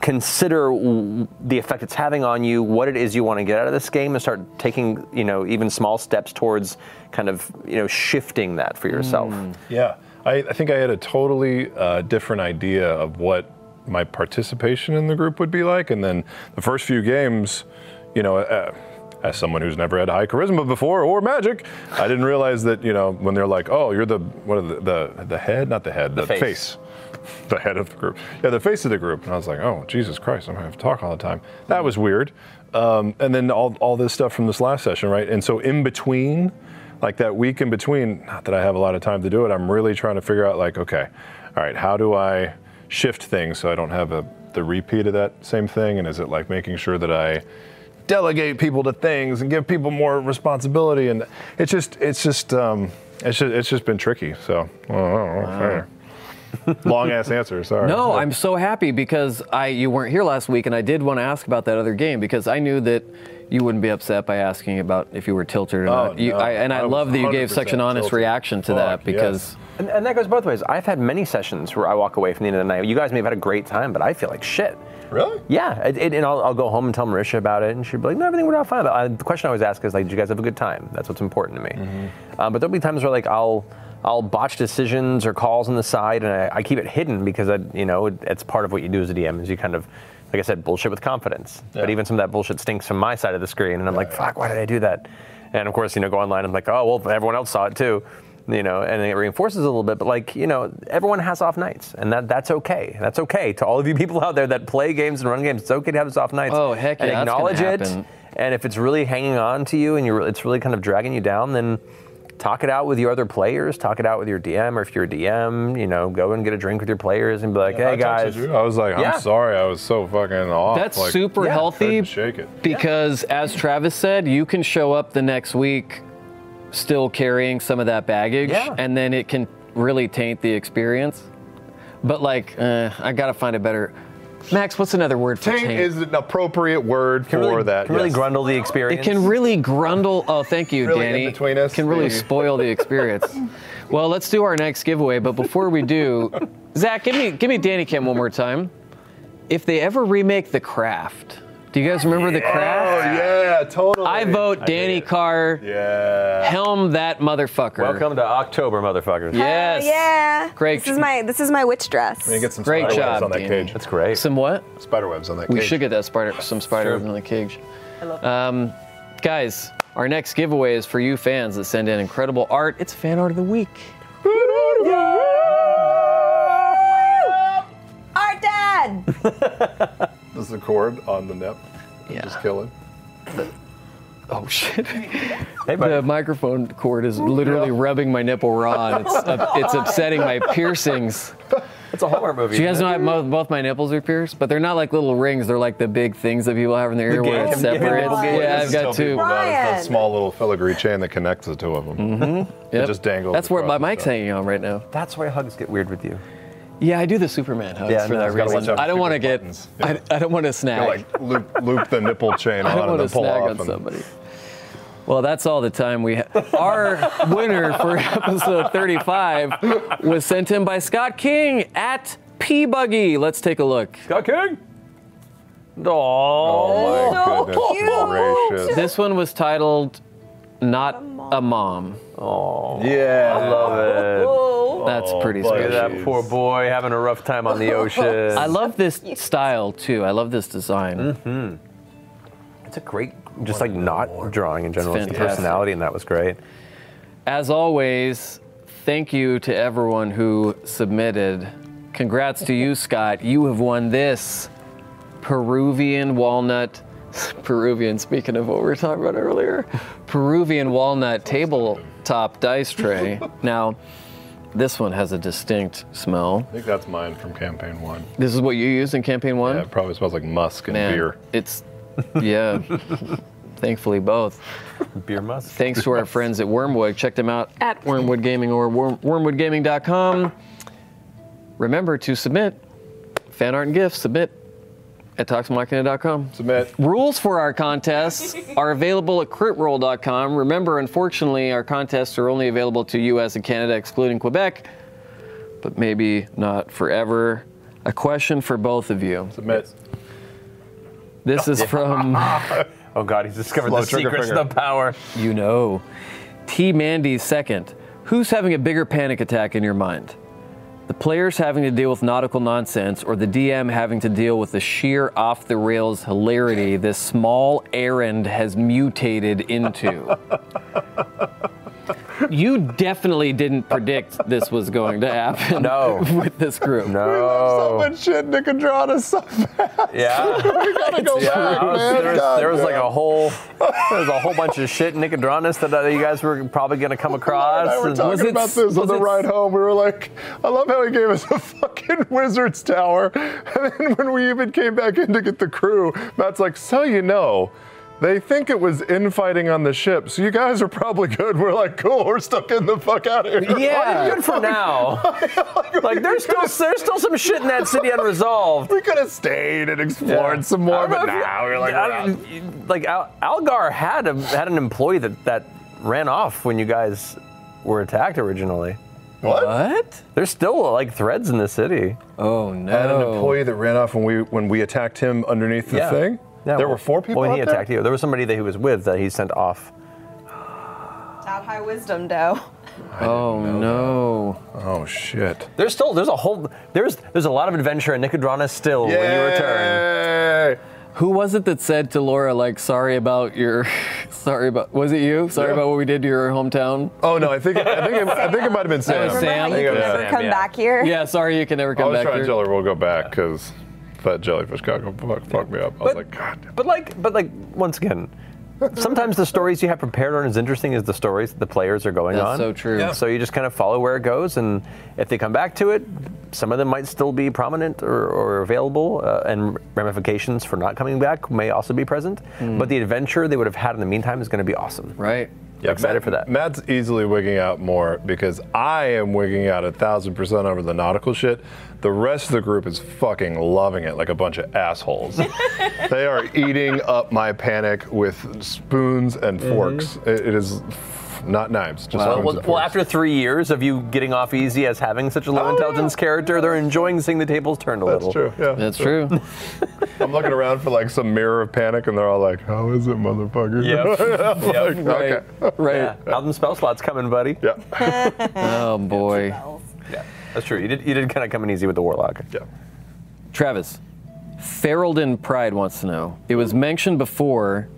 G: consider w- the effect it's having on you, what it is you want to get out of this game, and start taking you know even small steps towards kind of you know shifting that for yourself.
F: Yeah, I, I think I had a totally uh, different idea of what my participation in the group would be like, and then the first few games, you know. Uh, as someone who's never had high charisma before or magic, I didn't realize that you know when they're like, "Oh, you're the what are the the, the head, not the head, the,
G: face.
F: face, the head of the group. Yeah, the face of the group. And I was like, oh, Jesus Christ, I'm having to talk all the time. That was weird. Um, and then all, all this stuff from this last session, right? And so in between, like that week in between, not that I have a lot of time to do it, I'm really trying to figure out, like, okay, all right, how do I shift things so I don't have a, the repeat of that same thing? And is it like making sure that I delegate people to things and give people more responsibility? And it's just, it's just, um, it's just, it's just been tricky. So, I don't know. Long ass answer, sorry.
D: No, I'm so happy because I you weren't here last week, and I did want to ask about that other game because I knew that you wouldn't be upset by asking about if you were tilted or
F: Oh,
D: not. You,
F: no.
D: I, and I,
F: I was
D: love that you gave
F: 100%
D: such an honest
F: tilted.
D: reaction to
F: Fuck,
D: that
F: yes.
D: because
G: And, and that goes both ways. I've had many sessions where I walk away from the end of the night. You guys may have had a great time, but I feel like shit.
F: Really?
G: Yeah, it, it- and I'll, I'll go home and tell Marisha about it, and she'd be like, "No, everything went out fine." But I, the question I always ask is like, "Did you guys have a good time?" That's what's important to me. Um, but there'll be times where like I'll I'll botch decisions or calls on the side, and I, I keep it hidden because I you know it, it's part of what you do as a DM is you kind of like I said bullshit with confidence. But
F: Yeah.
G: even some of that bullshit stinks from my side of the screen, and I'm like, "Fuck, why did I do that?" And of course, you know, go online. I'm like, "Oh well, everyone else saw it too." You know, and it reinforces a little bit, but like you know, everyone has off nights, and that that's okay. That's okay to all of you people out there that play games and run games. It's okay to have those off nights.
D: Oh, heck
G: and
D: yeah, that's gonna
G: acknowledge it.
D: happen.
G: And if it's really hanging on to you and you're it's really kind of dragging you down, then talk it out with your other players. Talk it out with your DM, or if you're a DM, you know, go and get a drink with your players and be like,
F: I
G: "Hey guys,
F: texted you. I was like, I'm
G: Yeah.
F: sorry, I was so fucking off.
D: that's
F: like,
D: super
G: yeah,
D: healthy
F: couldn't shake it.
D: because, as Travis said, you can show up the next week still carrying some of that baggage,
G: Yeah.
D: and then it can really taint the experience. But like, uh, I gotta find a better. Max, what's another word for
F: Taint
D: taint?
F: is an appropriate word for
G: Can really,
F: that.
G: can really
F: yes.
G: grundle the
D: It
G: experience."
D: can really grundle. Oh, thank you,
F: Really in
D: Danny.
F: between us,
D: Can really
F: the-
D: spoil the experience. well, let's do our next giveaway. But before we do, Zach, give me give me Danny Cam one more time. If they ever remake The Craft, do you guys remember The
F: Oh
D: Craft?
F: yeah, totally.
D: I vote Danny Carr.
F: Yeah.
D: Helm that motherfucker.
G: Welcome to October, motherfuckers.
D: Yes.
I: yeah.
D: Great.
I: This is my this is my witch dress.
F: Let me get some
D: Great
F: spider
D: job,
F: webs on
D: Danny.
F: that cage.
G: That's great.
D: Some what?
F: Spider webs on that
D: We
F: cage.
D: should get that spider, some spider in the cage. I love um, guys, our next giveaway is for you fans that send in incredible art. It's fan art of the week.
I: Art Dad.
F: This is the cord on the nip.
D: Yeah.
F: Just kill it.
D: Oh shit!
G: Hey, buddy.
D: The microphone cord is literally rubbing my nipple rod. It's, up- it's upsetting my piercings.
G: It's a Hallmark movie.
D: Do you guys
G: isn't
D: know
G: it?
D: I have mo- both my nipples are pierced, but they're not like little rings. They're like the big things that people have in their ear where it
G: gauge. Yeah,
D: separates.
G: nipple gauge.
D: Yeah,
F: This
D: I've
F: is
D: got
F: how
D: two. Mm-hmm.
F: people got it.
I: Brian.
F: It's a small little filigree chain that connects the two of them.
D: Yep.
F: just dangles
D: That's where my
F: across the
D: mic's
F: top.
D: hanging on right now.
G: That's why hugs get weird with you.
D: Yeah, I do the Superman hugs
G: Yeah,
D: for
G: no,
D: that
G: it's gotta
D: reason.
F: watch out
D: I don't
F: for
D: want to
F: people's
D: get.
F: buttons.
D: I, I don't want to snag.
F: You like loop, loop the nipple chain
D: I
F: on
D: don't
F: and
D: want to
F: then pull
D: snag
F: off.
D: on
F: and-
D: somebody. Well, that's all the time we have. Our winner for episode 35 was sent in by Scott King at P Buggy. Let's take a look.
G: Scott King. Aww.
F: Oh my
I: So
F: goodness
I: cute.
F: gracious.
D: This one was titled "Not a Mom."
F: yeah. I
G: Love it.
D: That's pretty
F: buddy.
G: Look at
D: special.
G: that poor boy having a rough time on the ocean.
D: I love this style too. I love this design.
F: Mm.
G: It's a great, just like not drawing in general. It's the
D: fantastic.
G: personality, and that was great.
D: As always, thank you to everyone who submitted. Congrats to you, Scott. You have won this Peruvian walnut. Peruvian, speaking of what we were talking about earlier, Peruvian walnut tabletop dice tray. Now, this one has a distinct smell.
F: think that's mine from campaign one.
D: This is what you used in campaign one?
F: Yeah, it probably smells like musk and
D: Man,
F: beer.
D: It's, yeah, thankfully both.
G: Beer musk.
D: Thanks to our friends at Wormwood. Check them out at Wormwood Gaming or worm, wormwoodgaming.com. Remember to submit fan art and gifts. Submit at talksmachina.com.
F: Submit.
D: Rules for our contests are available at critroll.com. Remember, unfortunately, our contests are only available to US and Canada, excluding Quebec, but maybe not forever. A question for both of you.
F: Submit.
D: This is from.
G: Oh God, he's discovered
F: Slow
G: the
F: trigger
G: secrets
F: finger.
G: of the power.
D: You know. T Mandy's second. Who's having a bigger panic attack in your mind? The players having to deal with nautical nonsense or the DM having to deal with the sheer off the rails hilarity this small errand has mutated into? you definitely didn't predict this was going to happen
G: No.
D: with this group.
F: So
G: No.
F: much shit Nicodrana so fast.
G: Yeah.
F: We gotta go
G: Yeah,
F: back,
G: I was-
F: man.
G: there was,
F: God
G: there was like
F: damn.
G: a whole, there was a whole bunch of shit Nicodranas that uh, you guys were probably gonna come across.
F: I were
G: and-
F: talking
D: Was it-
F: about this on
D: was
F: the
D: it-
F: ride home. We were like, I love how he gave us a fucking wizard's tower. And then when we even came back in to get the crew, Matt's like, so you know, They think it was infighting on the ship, so you guys are probably good. We're like, cool, we're stuck in the fuck out of here.
G: Yeah,
F: Like,
G: good for now. like there's still there's still some shit in that city unresolved.
F: we could have stayed and explored
G: Yeah.
F: some
G: I
F: more,
G: don't know
F: but
G: if you-
F: now we're like,
G: I
F: we're out.
G: don't- you- like Al- Algar had a, had an employee that that ran off when you guys were attacked originally.
F: what?
H: What?
G: There's still like threads in the city.
H: Oh no.
F: I had an employee that ran off when we when we attacked him underneath the
G: Yeah.
F: thing. there
G: Yeah, well-
F: were four people.
G: Well, when he
F: out there?
G: attacked you, there was somebody that he was with that he sent off.
I: That high wisdom, though.
H: Oh no.
F: Oh shit!
G: There's still there's a whole there's there's a lot of adventure in Nicodrana still when you return.
F: Yay!
H: Who was it that said to Laura like, "Sorry about your, sorry about"? Was it you? Sorry
F: Yeah.
H: about what we did to your hometown.
F: Oh no, I think I think it, I think it might have been
H: was
F: Sam.
H: Sam.
I: Remember how
F: I think
I: you
F: it
I: can
F: was
I: never
F: Sam.
I: come
G: yeah.
I: back here?
H: Yeah. Sorry, you can never
F: I
H: come
F: was
H: back
F: trying
H: here.
F: to tell her we'll go back because that jellyfish guy go fuck, fuck me up. I was like, God.
G: But like but like once again, sometimes the stories you have prepared aren't as interesting as the stories the players are going
H: That's
G: on.
H: so true. Yeah.
G: So you just kind of follow where it goes, and if they come back to it, some of them might still be prominent or, or available, uh, and ramifications for not coming back may also be present. But the adventure they would have had in the meantime is going to be awesome.
H: Hmm. Right.
F: Yeah,
G: excited
F: Matt-
G: for that.
F: Matt's easily wigging out more because I am wigging out a thousand percent over the nautical shit. The rest of the group is fucking loving it like a bunch of assholes. they are eating up my panic with spoons and forks. It- it is not knives, just
G: Well,
F: spoons
G: well,
F: and
G: well,
F: forks.
G: after three years of you getting off easy as having such a low
F: Oh,
G: intelligence
F: yeah.
G: character, they're enjoying seeing the tables turned a
F: that's
G: little.
F: true. Yeah,
H: That's true.
F: I'm looking around for like some mirror of panic, and they're all like, "How is it, motherfucker?"
G: Yep.
F: I'm
G: Yep.
F: like,
H: Right.
F: okay.
H: Right.
G: Yeah. Now them spell slots coming, buddy.
F: Yeah.
H: Oh boy.
G: That's true. You did you did kind of come in easy with the warlock.
F: Yeah.
H: Travis, Ferelden Pride wants to know. It was mentioned before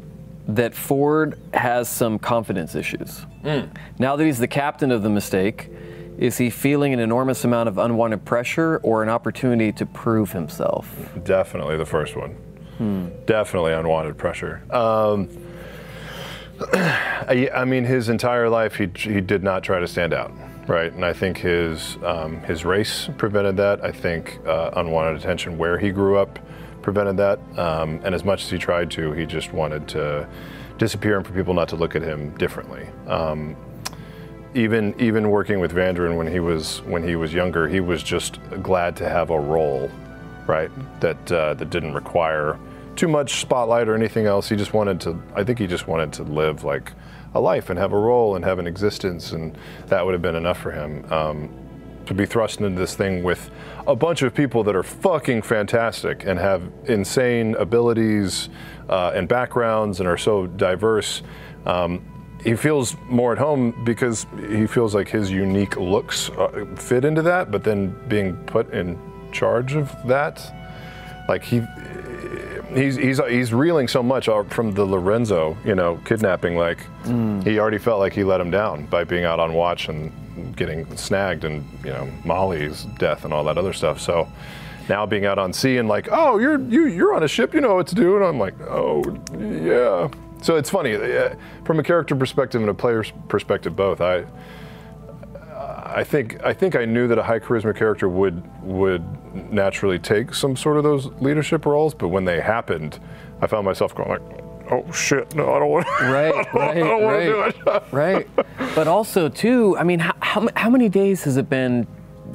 H: that Ford has some confidence issues.
F: Mm.
H: Now that he's the captain of the mistake, is he feeling an enormous amount of unwanted pressure or an opportunity to prove himself?
F: Definitely the first one. Definitely unwanted pressure. Um, I, I mean, his entire life he, he did not try to stand out, right? And I think his um, his race prevented that. I think uh, unwanted attention where he grew up prevented that. Um, and as much as he tried to, he just wanted to disappear and for people not to look at him differently. Um, even even working with Vandarin when he was when he was younger, he was just glad to have a role, right? That uh, that didn't require too much spotlight or anything else. He just wanted to. I think he just wanted to live like a life and have a role and have an existence, and that would have been enough for him. Um, to be thrust into this thing with a bunch of people that are fucking fantastic and have insane abilities uh, and backgrounds and are so diverse. Um, he feels more at home because he feels like his unique looks uh, fit into that, but then being put in charge of that, like he he's he's he's reeling so much out from the Lorenzo, you know, kidnapping. Like he already felt like he let him down by being out on watch and getting snagged, and you know Molly's death and all that other stuff. So now being out on sea and like, oh, you're you you're on a ship, you know what to do, and I'm like, oh yeah. So it's funny uh, from a character perspective and a player's perspective, both. I I think I think I knew that a high charisma character would would naturally take some sort of those leadership roles, but when they happened, I found myself going like, "Oh shit, no, I don't want,
H: Right,
F: I
H: right,
F: don't, want
H: right,
F: to do it."
H: right. But also, too, I mean, how, how, mu- how many days has it been,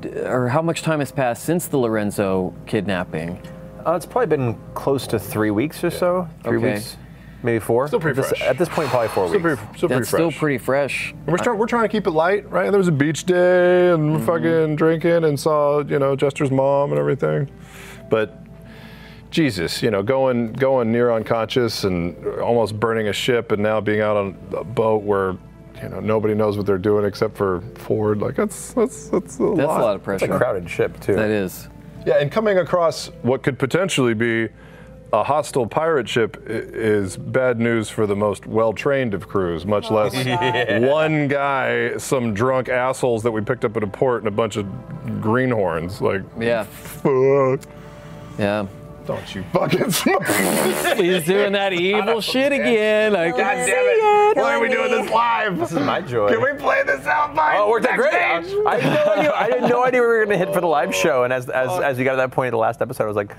H: d- or how much time has passed since the Lorenzo kidnapping?
G: Uh, it's probably been close to three weeks or so. Three
H: Okay.
G: weeks, maybe four.
F: Still pretty
G: at this,
F: fresh.
G: at this point, probably four
F: Still
G: weeks.
F: pretty, still pretty
H: That's still
F: fresh.
H: pretty fresh.
F: And We're, try- we're trying to keep it light, right? There was a beach day and we're fucking drinking and saw, you know, Jester's mom and everything. But Jesus, you know, going going near unconscious and almost burning a ship and now being out on a boat where, you know, nobody knows what they're doing except for Ford. Like that's that's that's a lot.
H: That's a lot of
G: It's a
H: pressure.
G: crowded ship too.
H: That is.
F: Yeah, and coming across what could potentially be a hostile pirate ship i- is bad news for the most well-trained of crews, much
G: Oh,
F: less one guy, some drunk assholes that we picked up at a port and a bunch of greenhorns. Like,
H: Yeah,
F: fuck.
H: yeah.
F: Don't you fucking smoke.
H: He's doing that evil shit again. Like,
F: God damn it. Why are we doing this live?
G: This is my joy.
F: Can we play this out live?
G: Oh, it worked out great. I,
F: backstage?
G: I had no idea. I had no idea we were going to hit for the live show. And as as, as we got to that point, in the last episode, I was like,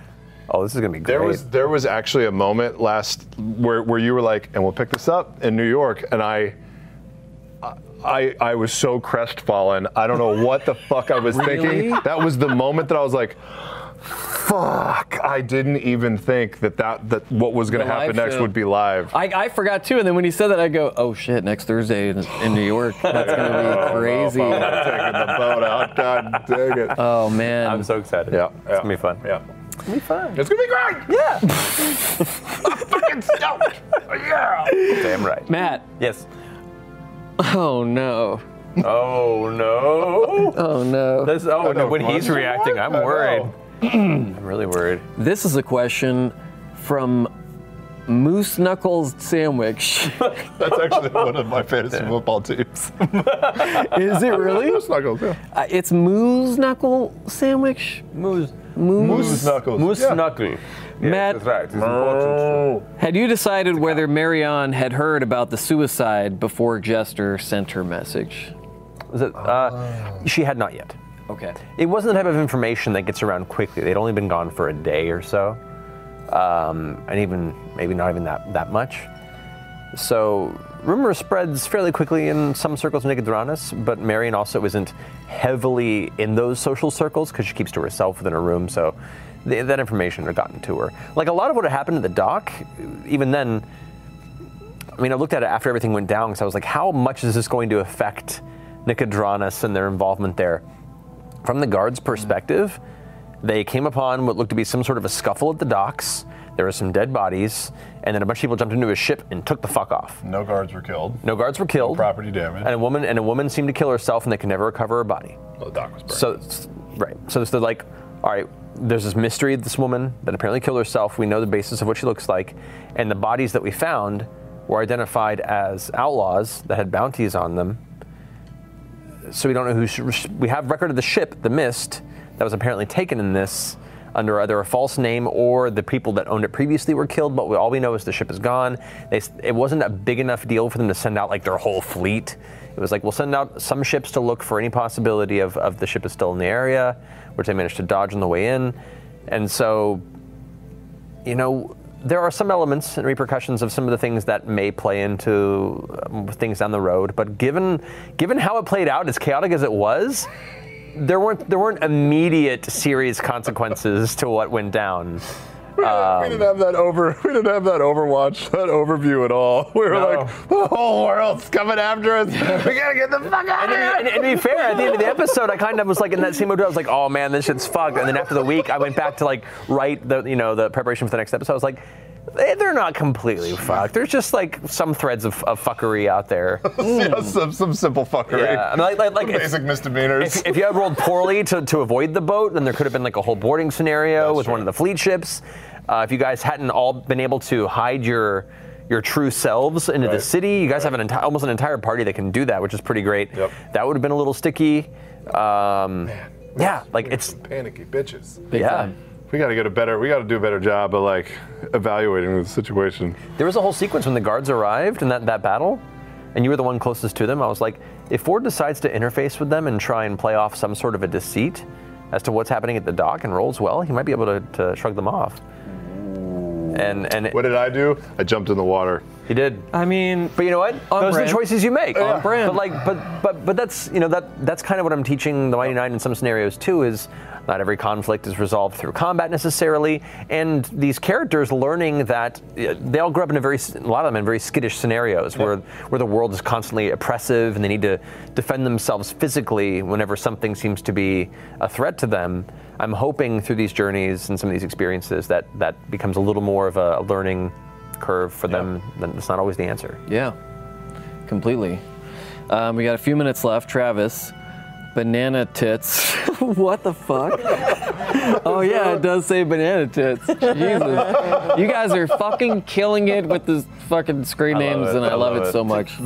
G: Oh, this is gonna be great.
F: Uh, There was there was actually a moment last where where you were like, and we'll pick this up in New York, and I. I, I was so crestfallen. I don't know what the fuck I was thinking.
D: Really?
F: That was the moment that I was like, "Fuck!" I didn't even think that that, that what was going to
D: The live
F: happen next
D: show.
F: would be live.
D: I, I forgot too, and then when he said that, I go, "Oh shit! Next Thursday in, in New York, that's gonna be crazy."
F: Oh, I'm taking the boat out. God dang it.
D: Oh man,
G: I'm so excited.
F: Yeah,
G: it's
F: yeah.
G: gonna be fun.
F: yeah.
G: It's gonna be fun.
F: It's gonna be great.
G: Yeah.
F: Fucking stoked. Yeah.
G: Damn right.
D: Matt.
G: Yes.
D: Oh no.
G: Oh no.
D: Oh no.
G: This, oh no.
F: know,
G: When he's
F: what?
G: reacting, I'm
F: I know.
G: worried. I'm really worried.
D: This is a question from Moose Knuckles Sandwich.
F: That's actually one of my fantasy football teams.
D: is it really?
F: Moose Knuckles. Yeah.
D: Uh, it's Moose Knuckle Sandwich.
G: Moose.
F: Moose Knuckles.
G: Moose
F: yeah.
G: knuckle.
D: Matt-
G: that's right. It's important.
D: Had you decided whether Marianne had heard about the suicide before Jester sent her message?
G: Is it, uh, she had not yet.
D: Okay.
G: It wasn't the type of information that gets around quickly. They'd only been gone for a day or so, um, and even maybe not even that that much. So rumor spreads fairly quickly in some circles of Nicodranas, but Marion also isn't heavily in those social circles because she keeps to herself within her room. So th- that information had gotten to her. Like a lot of what had happened at the dock, even then. I mean, I looked at it after everything went down because I was like, how much is this going to affect Nicodranas and their involvement there? From the guards' perspective, they came upon what looked to be some sort of a scuffle at the docks. There were some dead bodies, and then a bunch of people jumped into a ship and took the fuck off.
F: No guards were killed.
G: No guards were killed.
F: Property damage.
G: And a woman and a woman seemed to kill herself, and they could never recover her body.
F: the dock was burned.
G: So, s- right. So they're like, all right, there's this mystery of this woman that apparently killed herself. We know the basis of what she looks like. And the bodies that we found were identified as outlaws that had bounties on them. So we don't know who. Sh- we have record of the ship, the Mist, that was apparently taken in this under either a false name or the people that owned it previously were killed. But we, all we know is the ship is gone. They, s- it wasn't a big enough deal for them to send out like their whole fleet. It was like we'll send out some ships to look for any possibility of, of the ship is still in the area, which they managed to dodge on the way in. And so you know, there are some elements and repercussions of some of the things that may play into um, things down the road. But given given how it played out, as chaotic as it was, there weren't there weren't immediate serious consequences to what went down.
F: we
G: um,
F: didn't have that over. We didn't have that Overwatch, that overview at all. We were
G: No.
F: like, the whole world's coming after us. we gotta get the fuck out
G: And,
F: of here.
G: and- and to be fair, at the end of the episode, I kind of was like in that same mode. I was like, "Oh man, this shit's fucked." And then after the week, I went back to like write the you know the preparation for the next episode. I was like, "They- "They're not completely fucked. There's just like some threads of, of fuckery out there."
F: Yeah, some, some simple fuckery.
G: Mm. Yeah, I mean, like- like- like
F: Some
G: if-
F: basic misdemeanors.
G: if, if you had rolled poorly to, to avoid the boat, then there could have been like a whole boarding scenario with one of the fleet ships. Uh, if you guys hadn't all been able to hide your your true selves into the
F: Right.
G: city, you guys have an entire almost an entire party that can do that, which is pretty great.
F: Yep.
G: That would have been a little sticky. Um, yeah, like it's
F: panicky bitches.
G: yeah.
F: We gotta get a better. We gotta do a better job of like evaluating the situation.
G: There was a whole sequence when the guards arrived in that, that battle, and you were the one closest to them. I was like, if Ford decides to interface with them and try and play off some sort of a deceit as to what's happening at the dock and rolls well, he might be able to, to shrug them off. And and
F: What did I do? I jumped in the water.
G: he did.
D: I mean,
G: But you know what?
D: On
G: Those are
D: brand.
G: the choices you make.
D: On brand.
G: But like, but but but that's you know that that's kind of what I'm teaching the Mighty Nine in some scenarios too. Is not every conflict is resolved through combat necessarily, and these characters learning that uh, they all grew up in a very s- a lot of them in very skittish scenarios where where the world is constantly oppressive and they need to defend themselves physically whenever something seems to be a threat to them. I'm hoping through these journeys and some of these experiences that that becomes a little more of a, a learning curve for them. Then it's not always the answer.
D: yeah, completely. Um, we got a few minutes left. Travis, banana tits. what the fuck? oh yeah, it does say banana tits. Jesus, you guys are fucking killing it with these fucking screen
F: I love
D: names,
F: it.
D: and I,
F: I
D: love,
F: love
D: it
F: it.
D: so much.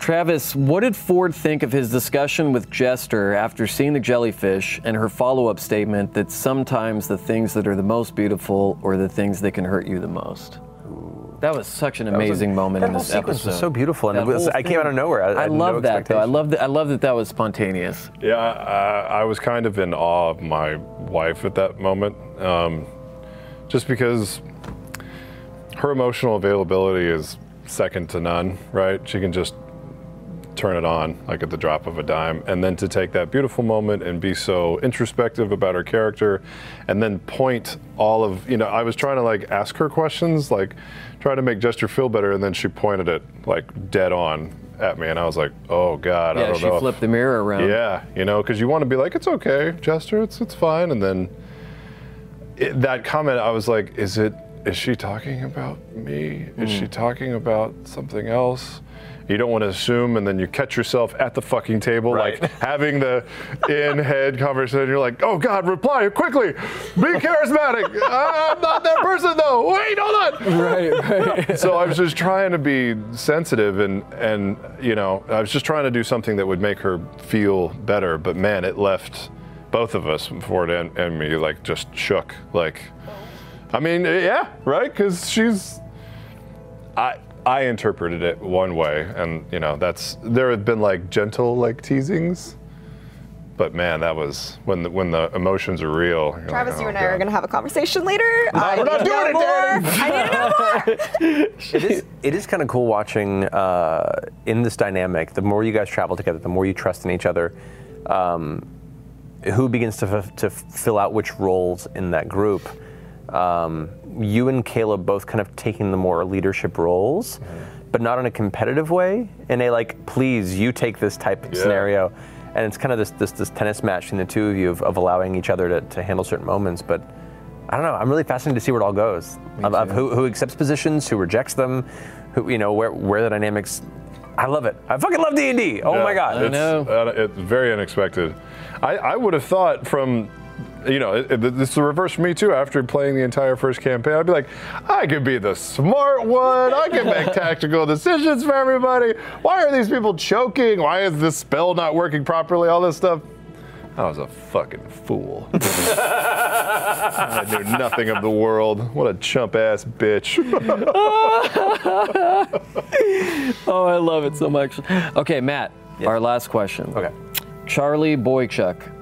D: Travis, what did Ford think of his discussion with Jester after seeing the jellyfish and her follow up statement that sometimes the things that are the most beautiful are the things that can hurt you the most? That was such an amazing moment
G: that
D: in
G: whole
D: this
G: sequence was
D: episode.
G: so beautiful, and it was-
D: whole
G: I came
D: thing.
G: out of nowhere. I- I
D: I,
G: had no
D: love that though. I
G: expectation.
D: love that. I love that that was spontaneous.
F: Yeah, I, I was kind of in awe of my wife at that moment. Um, just because her emotional availability is second to none, right? She can just turn it on like at the drop of a dime and then to take that beautiful moment and be so introspective about her character and then point all of you know i was trying to like ask her questions like try to make jester feel better and then she pointed it like dead on at me and i was like oh god i
H: Yeah,
F: don't
H: she
F: know if-
H: flipped the mirror around.
F: yeah you know because you want to be like it's okay jester it's it's fine and then it, that comment i was like is it is she talking about me is
H: Hmm.
F: she talking about something else you don't want to assume and then you catch yourself at the fucking table like having the in head conversation you're like oh god reply quickly be charismatic i'm not that person though wait hold on
H: Right, right.
F: so I was just trying to be sensitive and and you know I was just trying to do something that would make her feel better. But man, it left both of us, Ford and, and me, like just shook. Like, I mean, yeah, right? Because she's I. I interpreted it one way, and you know that's there have been like gentle like teasings, but man, that was when the, when the emotions are real. you're
I: Travis,
F: like,
I: you
F: "Oh,
I: and I are
F: God."
I: going to have a conversation later. I
F: we're not
I: need to
F: doing
I: know
F: it,
I: more.
F: Darren.
I: I need to know more.
G: it is it is kind of cool watching uh, in this dynamic. The more you guys travel together, the more you trust in each other. Um, who begins to, f- to fill out which roles in that group? Um, you and Caleb both kind of taking the more leadership roles,
F: Mm-hmm.
G: but not in a competitive way. In a like, please, you take this type of
F: Yeah.
G: scenario. And it's kind of this, this this tennis match between the two of you of, of allowing each other to, to handle certain moments, but. I don't know. I'm really fascinated to see where it all goes. Of, of who, who accepts positions, who rejects them, who you know where where the dynamics. I love it. I fucking love D and D. Oh
F: Yeah,
G: my god.
F: it's, uh, it's very unexpected. I, I would have thought from, you know, it, it, it's the reverse for me too. After playing the entire first campaign, I'd be like, I could be the smart one. I can make tactical decisions for everybody. Why are these people choking? Why is this spell not working properly? All this stuff. I was a fucking fool. I knew nothing of the world. What a chump ass bitch.
H: Oh, I love it so much. Okay, Matt, our last question.
G: Okay.
H: Charlie Boychuk.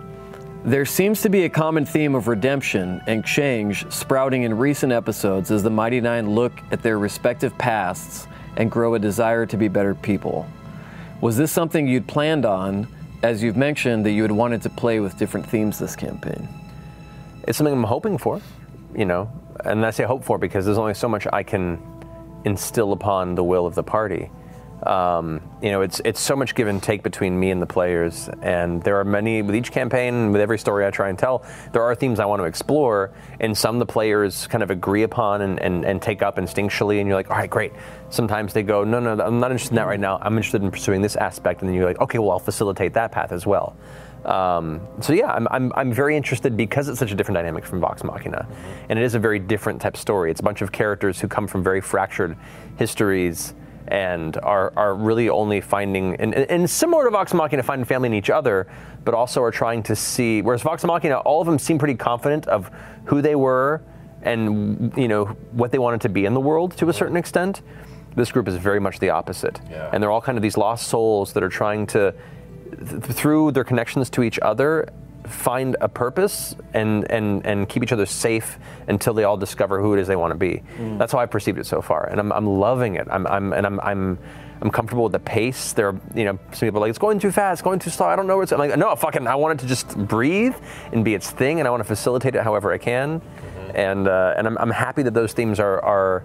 H: There seems to be a common theme of redemption and change sprouting in recent episodes as the Mighty Nine look at their respective pasts and grow a desire to be better people. Was this something you'd planned on, as you've mentioned that you had wanted to play with different themes this campaign?
G: it's something I'm hoping for, you know, and I say hope for because there's only so much I can instill upon the will of the party. Um, you know, it's it's so much give and take between me and the players, and there are many with each campaign, with every story I try and tell, there are themes I want to explore, and some the players kind of agree upon and, and, and take up instinctually, and you're like, all right, great. Sometimes they go, no, no, I'm not interested in that right now. I'm interested in pursuing this aspect, and then you're like, okay, well, I'll facilitate that path as well. Um, so yeah, I'm, I'm, I'm very interested because it's such a different dynamic from Vox Machina, and it is a very different type of story. It's a bunch of characters who come from very fractured histories and are, are really only finding and, and- and similar to Vox Machina, finding family in each other, but also are trying to see. Whereas Vox Machina, all of them seem pretty confident of who they were and you know what they wanted to be in the world to a certain extent. This group is very much the opposite, and they're all kind of these lost souls that are trying to th- through their connections to each other find a purpose and, and, and keep each other safe until they all discover who it is they want to be. That's how I perceived it so far. And I'm, I'm loving it. I'm, I'm, and I'm, I'm, I'm comfortable with the pace. There are, you know, some people are like, it's going too fast, it's going too slow. I don't know where it's, I'm like, no, fucking, I want it to just breathe and be its thing. And I want to facilitate it however I can. And, uh, and I'm, I'm happy that those themes are, are,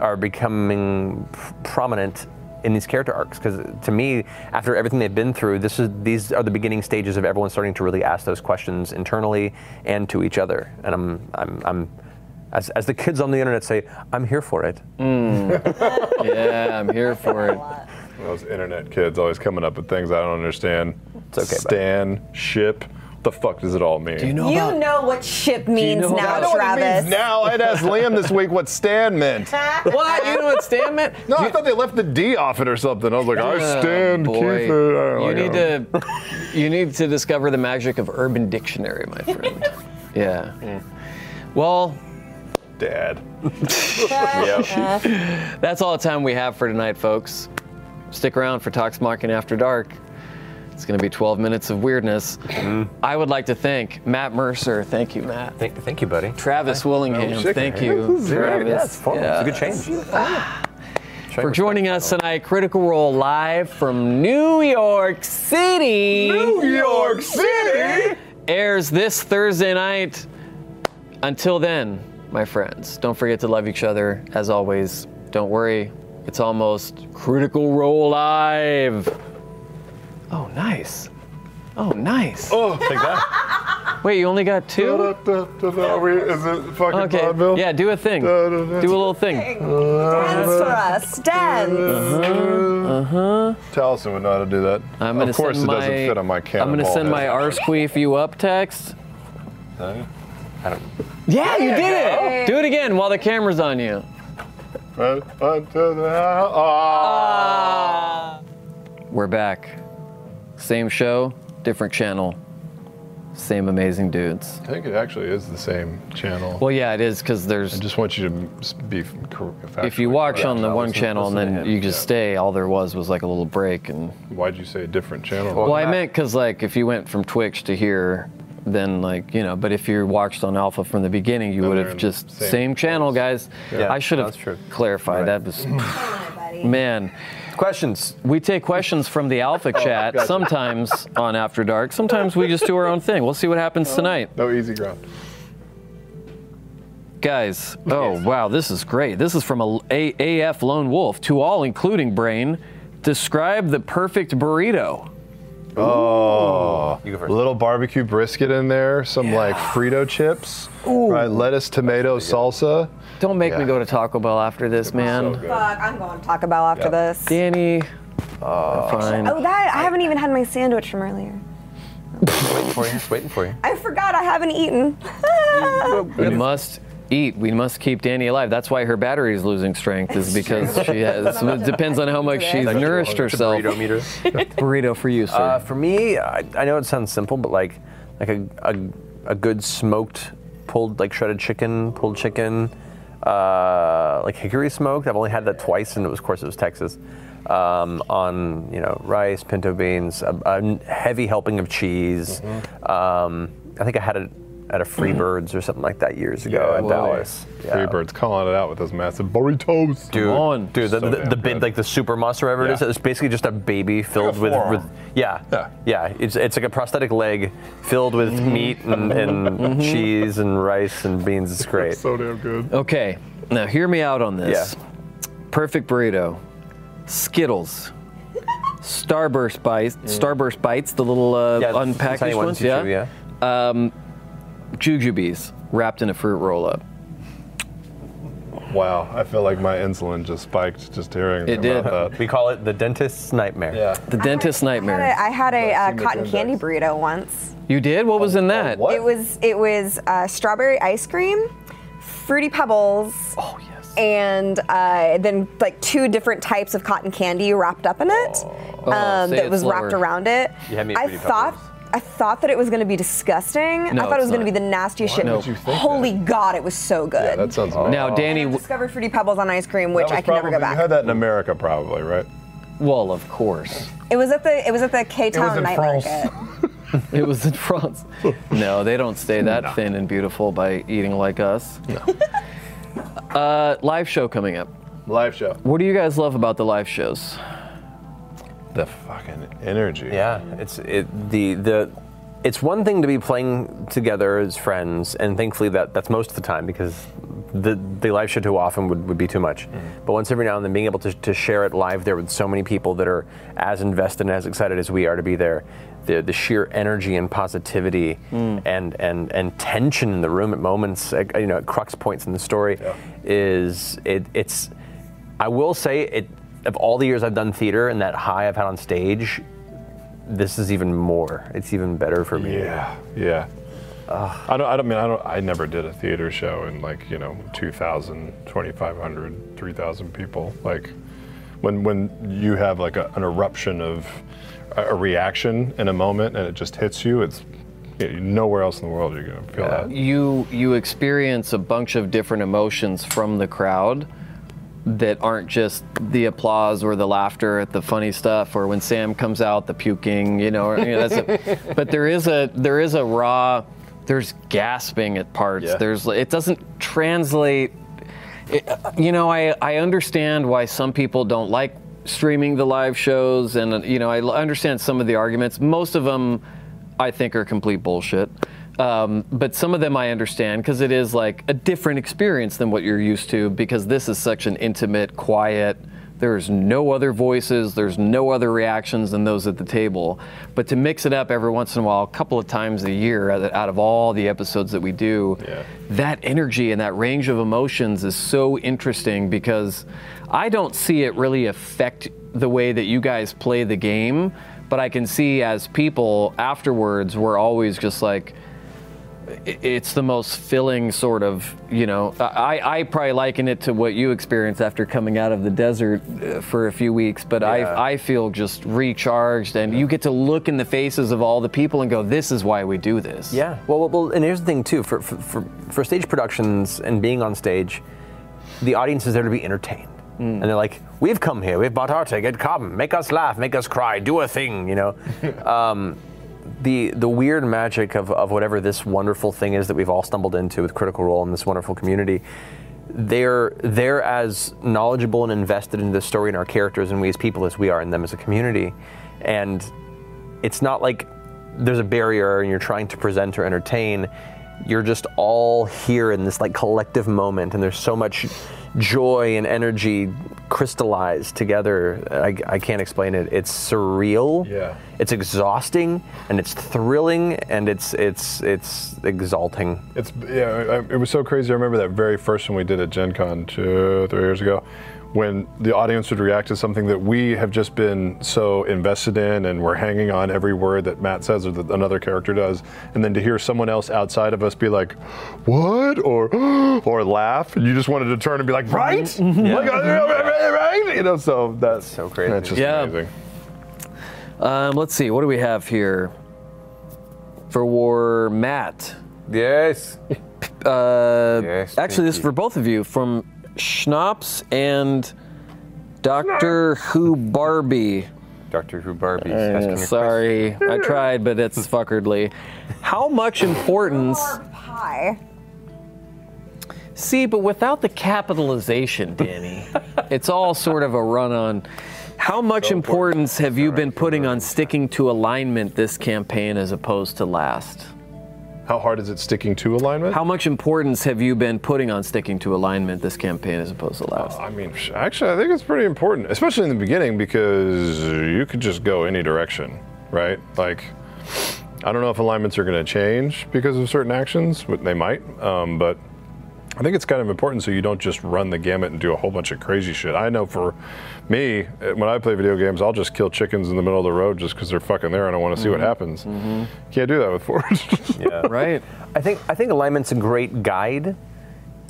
G: are becoming p- prominent in these character arcs because to me after everything they've been through this is these are the beginning stages of everyone starting to really ask those questions internally and to each other and i'm i'm, I'm as, as the kids on the internet say i'm here for it
H: Yeah, I'm here for it.
F: Those internet kids always coming up with things I don't understand. It's
G: okay, bud.
F: Stan, ship. What the fuck does it all mean?
H: Do you know
I: You
H: about
I: know what ship means
H: know
I: now,
F: I know what it
I: Travis.
F: means now. I'd asked Liam this week what Stan meant.
H: what? You know what, Stan meant?
F: No, I thought they left the D off it or something. I was like, I
H: Oh,
F: stand Keith.
H: boy.
F: uh,
H: You
F: like,
H: need
F: uh,
H: to you need to discover the magic of Urban Dictionary, my friend. yeah. Well,
F: Dad.
H: that's all the time we have for tonight, folks. Stick around for Talks Mocking After Dark. It's
D: It's going to be 12 minutes of weirdness.
G: Mm-hmm.
D: I would like to thank Matt Mercer. Thank you, Matt.
G: Thank, thank you, buddy.
D: Travis Willingham.
F: shit,
D: thank
F: man.
D: you,
G: Very- yeah,
D: Travis.
G: it's formal. It's a good change.
D: Ah. for joining us tonight. Critical Role live from New York City. New York City airs this Thursday night. Until then, my friends, don't forget to love each other as always. Don't worry, it's almost Critical Role live. Oh, nice. Oh, nice.
F: Oh, take that.
D: Wait, you only got two?
F: Are we- Is it fucking
D: Okay.
F: Vaudeville?
D: Yeah, do a thing.
F: Da,
D: Do
F: da, da.
D: a little thing.
I: Dance for us. Dance.
F: Taliesin would know how to do that.
D: I'm gonna
F: of course,
D: send
F: it
D: my,
F: doesn't fit on my
D: I'm
F: cannonball.
D: gonna send my
F: head.
D: R squeef you up text.
F: Okay.
D: Yeah, you did it. Do it again while the camera's on you.
F: Right unto the house.
D: Ah. We're back. Same show, different channel, same amazing dudes.
F: I think it actually is the same channel.
D: Well, yeah, it is because there's.
F: I just want you to s- be cor- factually
D: If you watch
F: correct.
D: on the
F: Now,
D: one
F: listen-
D: channel and
F: listen to
D: then
F: him.
D: you just
F: Yeah.
D: stay, all there was was like a little break. And
F: Why'd you say a different channel?
D: well, I meant because like if you went from Twitch to here, then like you know. But if you watched on Alpha from the beginning, you would
F: they're
D: have
F: in
D: just
F: the same
D: same, channel, guys.
G: Yeah,
D: I should have
G: that's true.
D: clarified. That was man.
G: Questions?
D: We take questions from the Alpha chat
F: gotcha.
D: sometimes on After Dark. Sometimes we just do our own thing. We'll see what happens tonight.
F: no easy ground.
D: Guys, oh wow, this is great. This is from a, a- AF Lone Wolf to all, including Brain. Describe the perfect burrito.
F: Oh,
G: You go first.
F: little barbecue brisket in there, some like Frito chips, right? Lettuce, tomato, salsa.
D: Don't make me
F: Yeah.
D: go to Taco Bell after this,
F: So
D: man.
F: good.
I: Fuck, I'm going to Taco Bell after this.
D: Danny, fine.
I: Oh, that I haven't even had my sandwich from earlier.
G: Waiting for you. Waiting for you.
I: I forgot I haven't eaten.
D: We must eat. We must keep Danny alive. That's why her battery is losing strength. Is because she has. It depends on how much she's nourished herself.
G: Burrito meter.
D: Burrito for you, sir.
G: Uh, for me, I, I know it sounds simple, but like like a, a, a good smoked pulled like shredded chicken, pulled chicken, uh, like hickory smoked. I've only had that twice, and it was of course it was Texas. Um, on you know rice, pinto beans, a, a heavy helping of cheese. Um, I think I had it at a Freebirds or something like that years ago
F: Yeah,
G: in
F: boy.
G: Dallas. Yeah.
F: Three birds calling it out with those massive burritos.
G: Dude,
D: on.
G: dude, the,
F: So
G: the,
F: damn
G: the big
F: good.
G: like the super monster, whatever it is,
F: Yeah.
G: it's basically just a baby filled with,
F: forearm.
G: with yeah,
F: Yeah.
G: It's it's like a prosthetic leg filled with
D: Mm-hmm.
G: meat and, and cheese and rice and beans. It's great.
F: So damn good.
D: Okay, now hear me out on this.
G: Yeah.
D: Perfect burrito, Skittles, Starburst bites, Starburst bites, the little uh,
G: Mm. yeah, the
D: unpackaged
G: tiny
D: ones,
G: you
D: yeah.
G: chew,
D: Jujubes wrapped in a fruit roll-up.
F: Wow, I feel like my insulin just spiked just hearing
D: It did.
F: about that.
G: We call it the dentist's nightmare.
F: Yeah.
D: The dentist's
I: I had
D: nightmare.
I: a, I had a uh,
F: Glycemic
I: cotton candy
F: index.
I: burrito once.
D: You did? What was in that?
F: What?
I: It was it was uh, strawberry ice cream, fruity pebbles,
D: Oh yes.
I: and uh, then like two different types of cotton candy wrapped up in it um,
D: Oh, say
I: that
D: it
I: was
D: slower.
I: wrapped around it.
G: You had me at
I: I
G: Fruity
I: thought
G: Pebbles.
I: I thought that it was going to be disgusting.
D: No,
I: I thought it
D: it's
I: was going to be
D: not.
I: the nastiest shit.
F: would you think
I: Holy God, it was so good.
F: Yeah, that sounds amazing.
D: Now,
G: Oh.
D: Danny,
I: I
D: w-
I: discovered fruity pebbles on ice cream, which
F: That was
I: I can never
F: probably-
I: go
F: You had
I: back.
F: that in America, probably, right?
D: well, of course,
I: It was at the it was at the K
F: was
I: Town
F: in
I: night
F: France.
I: market.
D: it was in France. No, they don't stay that thin and beautiful by eating like us. uh, live show coming up.
F: Live show.
D: What do you guys love about the live shows?
F: The fucking energy.
G: Yeah, it's it, the the it's one thing to be playing together as friends, and thankfully that that's most of the time because the the live show too often would, would be too much. But once every now and then, being able to, to share it live there with so many people that are as invested and as excited as we are to be there, the the sheer energy and positivity and and and tension in the room at moments, at, you know, at crux points in the story, is it it's. I will say it. Of all the years I've done theater and that high I've had on stage, this is even more. It's even better for me.
F: Yeah, yeah. I don't. I don't mean. I don't. I never did a theater show in like you know 2,000, 2,500, 3,000 people. Like when when you have like a, an eruption of a, a reaction in a moment and it just hits you. It's you know, nowhere else in the world you're gonna feel that.
D: you you experience a bunch of different emotions from the crowd that aren't just the applause or the laughter at the funny stuff or when Sam comes out the puking, you know, or, you know, that's a, but there is a there is a raw there's gasping at parts.
F: Yeah.
D: There's it doesn't translate it- you know, I I understand why some people don't like streaming the live shows and uh, you know, I l- understand some of the arguments. Most of them I think are complete bullshit. Um, but some of them I understand because it is like a different experience than what you're used to because this is such an intimate, quiet. There's no other voices, there's no other reactions than those at the table. But to mix it up every once in a while, a couple of times a year out out of all the episodes that we do, that energy and that range of emotions is so interesting because I don't see it really affect the way that you guys play the game, but I can see as people afterwards, we're always just like, i- it's the most filling sort of, you know, I, I probably liken it to what you experienced after coming out of the desert uh, for a few weeks, but I, I feel just recharged and you get to look in the faces of all the people and go, this is why we do this.
G: Yeah. Well, well, well and here's the thing too: for, for for for stage productions and being on stage, the audience is there to be entertained, and they're like, "We've come here. We've bought our ticket. Come, make us laugh, make us cry, do a thing." You know. um, the, the weird magic of, of whatever this wonderful thing is that we've all stumbled into with Critical Role and this wonderful community, they're they're as knowledgeable and invested in the story and our characters and we as people as we are in them as a community, and it's not like there's a barrier and you're trying to present or entertain. You're just all here in this like collective moment, and there's so much joy and energy crystallized together. I, I can't explain it. It's surreal.
F: Yeah.
G: It's exhausting, and it's thrilling, and it's it's it's exalting.
F: It's yeah, I- I- it was so crazy. I remember that very first one we did at Gen Con two, three years ago, when the audience would react to something that we have just been so invested in, and we're hanging on every word that Matt says or that another character does, and then to hear someone else outside of us be like, "What?" or or laugh, and you just wanted to turn and be like, "Right?" Like, "Oh, yeah, right, right, right?" You know, so that's,
G: so crazy.
F: That's just
D: Yeah.
F: amazing.
D: Um, let's see, what do we have here? For War Matt.
G: Yes.
D: Uh, actually,
G: Yes, thank
D: this is
G: you.
D: for both of you from Schnapps and Doctor Who Barbie.
G: Doctor Who Barbie's
D: Uh, sorry, I tried, but it's fuckeredly. How much importance?
I: Hi.
D: See, but without the capitalization, Danny, it's all sort of a run-on. How much importance have you been putting on sticking to alignment this campaign as opposed to last?
F: How hard is it sticking to alignment?
D: How much importance have you been putting on sticking to alignment this campaign as opposed to last?
F: I mean, sh- actually, I think it's pretty important, especially in the beginning, because you could just go any direction, right? Like, I don't know if alignments are going to change because of certain actions, but they might. Um, but I think it's kind of important so you don't just run the gamut and do a whole bunch of crazy shit. I know for me, uh, when I play video games, I'll just kill chickens in the middle of the road just because they're fucking there and I want to see what happens. Can't do that with Forge.
G: Yeah.
D: Right.
G: I think I think alignment's a great guide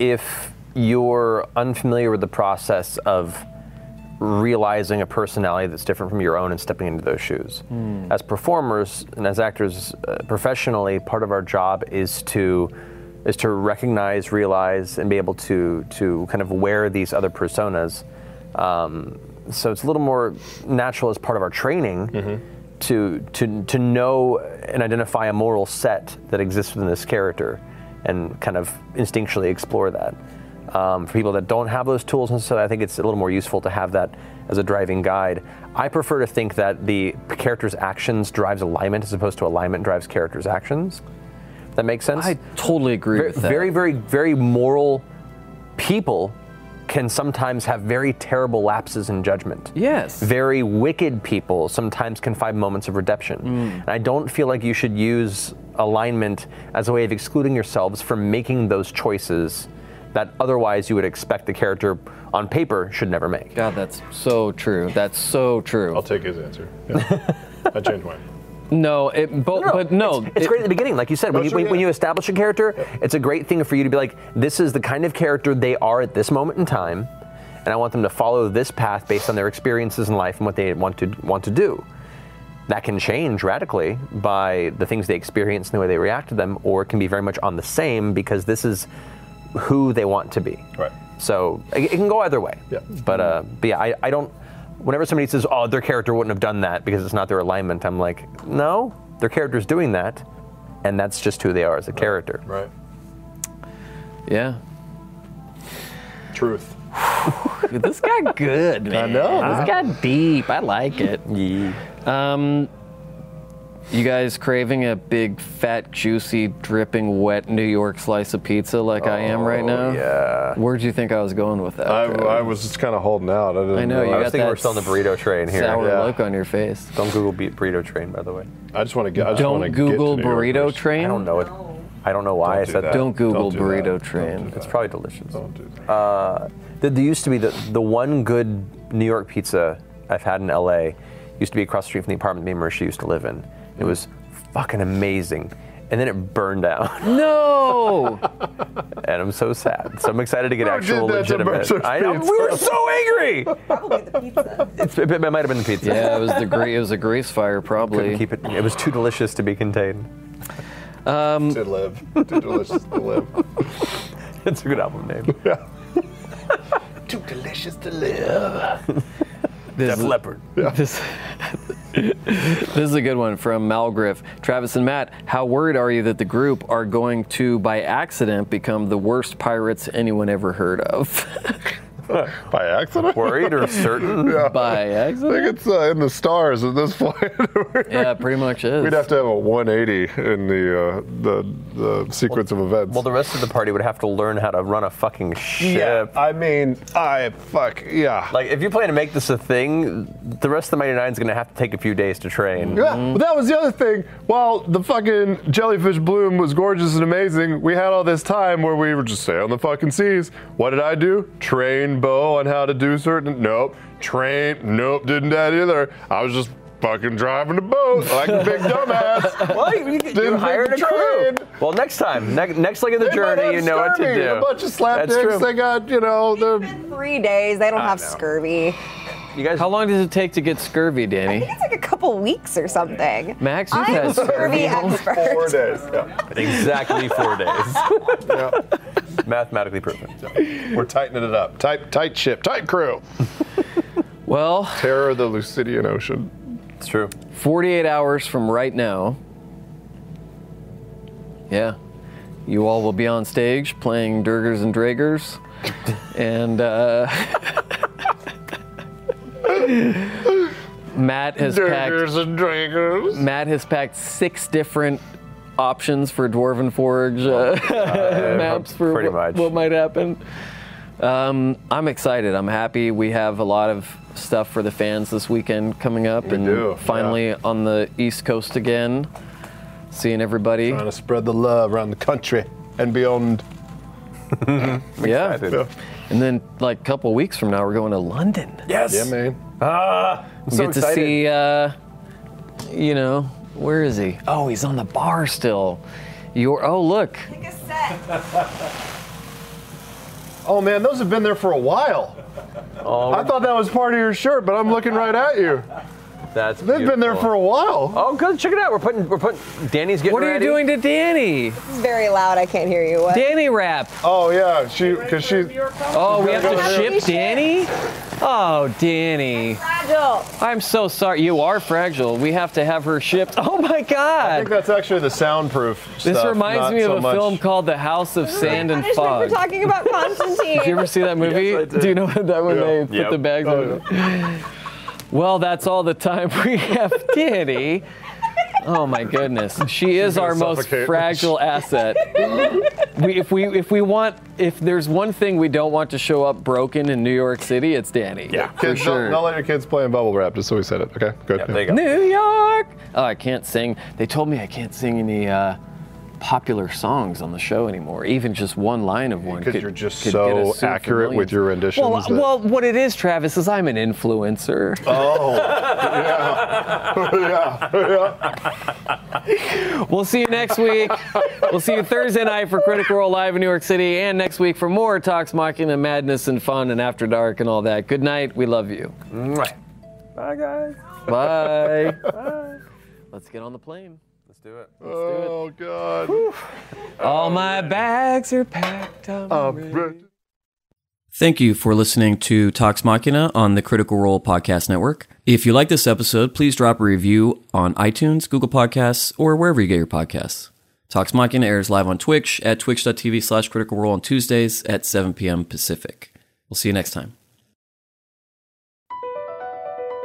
G: if you're unfamiliar with the process of realizing a personality that's different from your own and stepping into those shoes. As performers and as actors uh, professionally, part of our job is to is to recognize, realize, and be able to to kind of wear these other personas. Um, so it's a little more natural as part of our training to, to to know and identify a moral set that exists within this character, and kind of instinctually explore that. Um, for people that don't have those tools, and so I think it's a little more useful to have that as a driving guide. I prefer to think that the character's actions drives alignment as opposed to alignment drives character's actions. That makes sense
D: I totally agree
G: very,
D: with that.
G: very, very, very moral people can sometimes have very terrible lapses in judgment.
D: Yes.
G: Very wicked people sometimes can find moments of redemption. And I don't feel like you should use alignment as a way of excluding yourselves from making those choices that otherwise you would expect the character on paper should never make.
D: God, that's so true. That's so true.
F: I'll take his answer. Yeah. I changed mine.
D: no, it, bo- but no.
G: it's, it's
D: it-
G: great at the beginning, like you said. When
F: No,
G: you,
F: sure,
G: when, when
F: yeah.
G: you establish a character, it's a great thing for you to be like, this is the kind of character they are at this moment in time, and I want them to follow this path based on their experiences in life and what they want to want to do. That can change radically by the things they experience and the way they react to them, or it can be very much on the same because this is who they want to be.
F: Right.
G: So it, it can go either way.
F: Yeah.
G: But uh, but yeah, I, I don't. Whenever somebody says, "Oh, their character wouldn't have done that because it's not their alignment," I'm like, no, their character's doing that, and that's just who they are as a character.
F: Right.
D: Yeah.
F: Truth.
D: Dude, this got good, man. I know. This got deep. I like it.
G: Yeah.
D: Um, you guys craving a big, fat, juicy, dripping, wet New York slice of pizza like I am right now?
G: Oh, yeah.
D: Where do you think I was going with that?
F: Oh, I,
D: Trevor?
F: I was just kind of holding out. I, didn't
D: I know, you
G: I
D: got
G: was thinking
D: that
G: we're still on the burrito train here.
D: sour
F: yeah.
D: look on your face.
G: Don't Google beat burrito train, by the way.
F: I just want to get. I just
D: Don't
F: wanna get to
D: Google
F: New York
D: burrito
F: first.
D: train.
G: I don't know it. I don't know why I
F: do
G: said
F: that.
G: that.
D: Don't Google
F: do
D: burrito
F: that.
D: train.
F: Don't do
G: It's
F: that.
G: probably delicious.
F: Don't do that.
D: Uh,
G: There, there used to be the, the one good New York pizza I've had in LA used to be across the street from the apartment me and Marisha used to live in. It was fucking amazing. And then it burned down,
D: No!
G: and I'm so sad. So I'm excited to get
F: Who did
G: actual
F: that to
G: legitimate.
F: Marisha's
G: I know, we were so angry.
I: Probably the pizza.
G: It's, it, it might have been the pizza.
D: yeah, it was the grease. It was a grease fire,
G: Couldn't
D: probably.
G: keep it. It was too delicious to be contained.
D: Um,
F: To live. Too delicious to live.
G: It's a good album name.
F: Too delicious to live.
D: This-
G: Def Leppard.
D: This, this is a good one from Malgriff. Travis and Matt, how worried are you that the group are going to, by accident, become the worst pirates anyone ever heard of?
F: By accident.
G: Worried or certain?
D: by
F: I
D: accident?
F: think it's uh, in the stars at this point.
D: Yeah, pretty much is.
F: We'd have to have a 180 in the uh, the, the sequence of events.
G: Well, the rest of the party would have to learn how to run a fucking
F: yeah,
G: ship.
F: I mean, I fuck yeah.
G: Like, if you plan to make this a thing, the rest of the Mighty Nine's gonna have to take a few days to train.
F: Yeah, well, that was the other thing. While the fucking jellyfish bloom was gorgeous and amazing, we had all this time where we were just sailing the fucking seas. What did I do? Train Bo on how to do certain. Nope. Train. Nope. Didn't that either. I was just fucking driving the boat like a big dumbass.
G: Well, you, you,
F: Didn't
G: you hired a
F: make the
G: crew.
F: train.
G: Well, next time, ne- next leg of the
F: They might
G: journey,
F: have
G: you know what to
F: scurvy,
G: do.
F: A bunch of
G: That's true.
F: slapdicks. They got you know the
I: Three days. They don't have
F: know.
I: scurvy.
G: You guys,
D: How long does it take to get scurvy,
I: I
D: Danny?
I: think it's like a couple weeks or something.
D: Max, you've
I: I'm
D: had
I: scurvy
D: scurvy.
F: four
I: expert.
F: days. Yeah.
G: Exactly four days. Mathematically proven.
F: We're tightening it up. Tight, tight ship, tight crew.
D: Well,
F: Terror of the Lucidian Ocean.
G: It's true.
D: 48 hours from right now. Yeah. You all will be on stage playing Durgers and Dragers. and uh, Matt has
F: Dirgers
D: packed
F: and drinkers.
D: Matt has packed six different options for Dwarven Forge uh, maps for
G: Uh, pretty
D: what,
G: much.
D: what might happen. Um, I'm excited. I'm happy. We have a lot of stuff for the fans this weekend coming up, and
F: do,
D: finally on the East Coast again, seeing everybody.
F: Trying to spread the love around the country and beyond.
D: yeah,
F: Yeah,
D: and then like a couple weeks from now, we're going to London.
G: Yes.
F: yeah man.
G: Ah, I'm so
D: Get
G: excited.
D: to see, uh, you know, where is he? Oh, he's on the bar still. Your oh look,
F: Oh man, those have been there for a while. I thought that was part of your shirt, but I'm looking right at you.
G: That's.
F: They've been there for a while.
G: Oh, good. Check it out. We're putting. We're putting. Danny's getting.
D: what are you
G: ready.
D: doing to Danny?
I: It's very loud. I can't hear you. What?
D: Danny rap.
F: Oh yeah, she because she.
D: Oh, we have to
F: Yeah.
D: ship Danny? Oh, Danny.
I: Fragile.
D: I'm so sorry. You are fragile. We have to have her shipped. Oh my
F: I think
D: god.
F: that's actually the soundproof.
D: This
F: stuff,
D: reminds
F: not
D: me of
F: so
D: a
F: much-
D: film called The House of Sand and
I: Punishment
D: Fog.
I: for talking about Constantine.
D: Did you ever see that movie?
G: Yes, I did.
D: Do you know that when
F: Yeah. Oh,
D: they put
G: Yep.
D: the bags on? Well, that's all the time we have, Danny. Oh my goodness, she is
F: gonna
D: our most
F: suffocate.
D: fragile asset. we, if we if we want if there's one thing we don't want to show up broken in New York City, it's Danny. for
G: Yeah.
F: Kids, don't-
D: sure.
F: don't, let your kids play in bubble wrap. Just so we said it. Okay, good.
G: Yeah, there you go.
D: New York. Oh, I can't sing. They told me I can't sing any uh, popular songs on the show anymore. Even just one line of one.
F: Because
D: could-
F: you're just
D: could get us
F: so
D: sued for
F: accurate with
D: millions.
F: your renditions.
D: Well,
F: that-
D: well, what it is, Travis, is I'm an influencer.
F: Oh, yeah. yeah, yeah.
D: We'll see you next week. we'll see you Thursday night for Critical Role Live in New York City, and next week for more talks, mocking and madness and fun and after dark and all that. Good night. We love you.
G: Mwah. Bye, guys.
D: Bye. Let's get on the plane.
G: Let's do it.
F: Oh God.
D: All my bags are packed up.
H: Thank you for listening to Tox Machina on the Critical Role Podcast Network. If you like this episode, please drop a review on iTunes, Google Podcasts, or wherever you get your podcasts. Tox Machina airs live on Twitch at twitch.tv slash critical role on Tuesdays at 7 p.m. Pacific. We'll see you next time.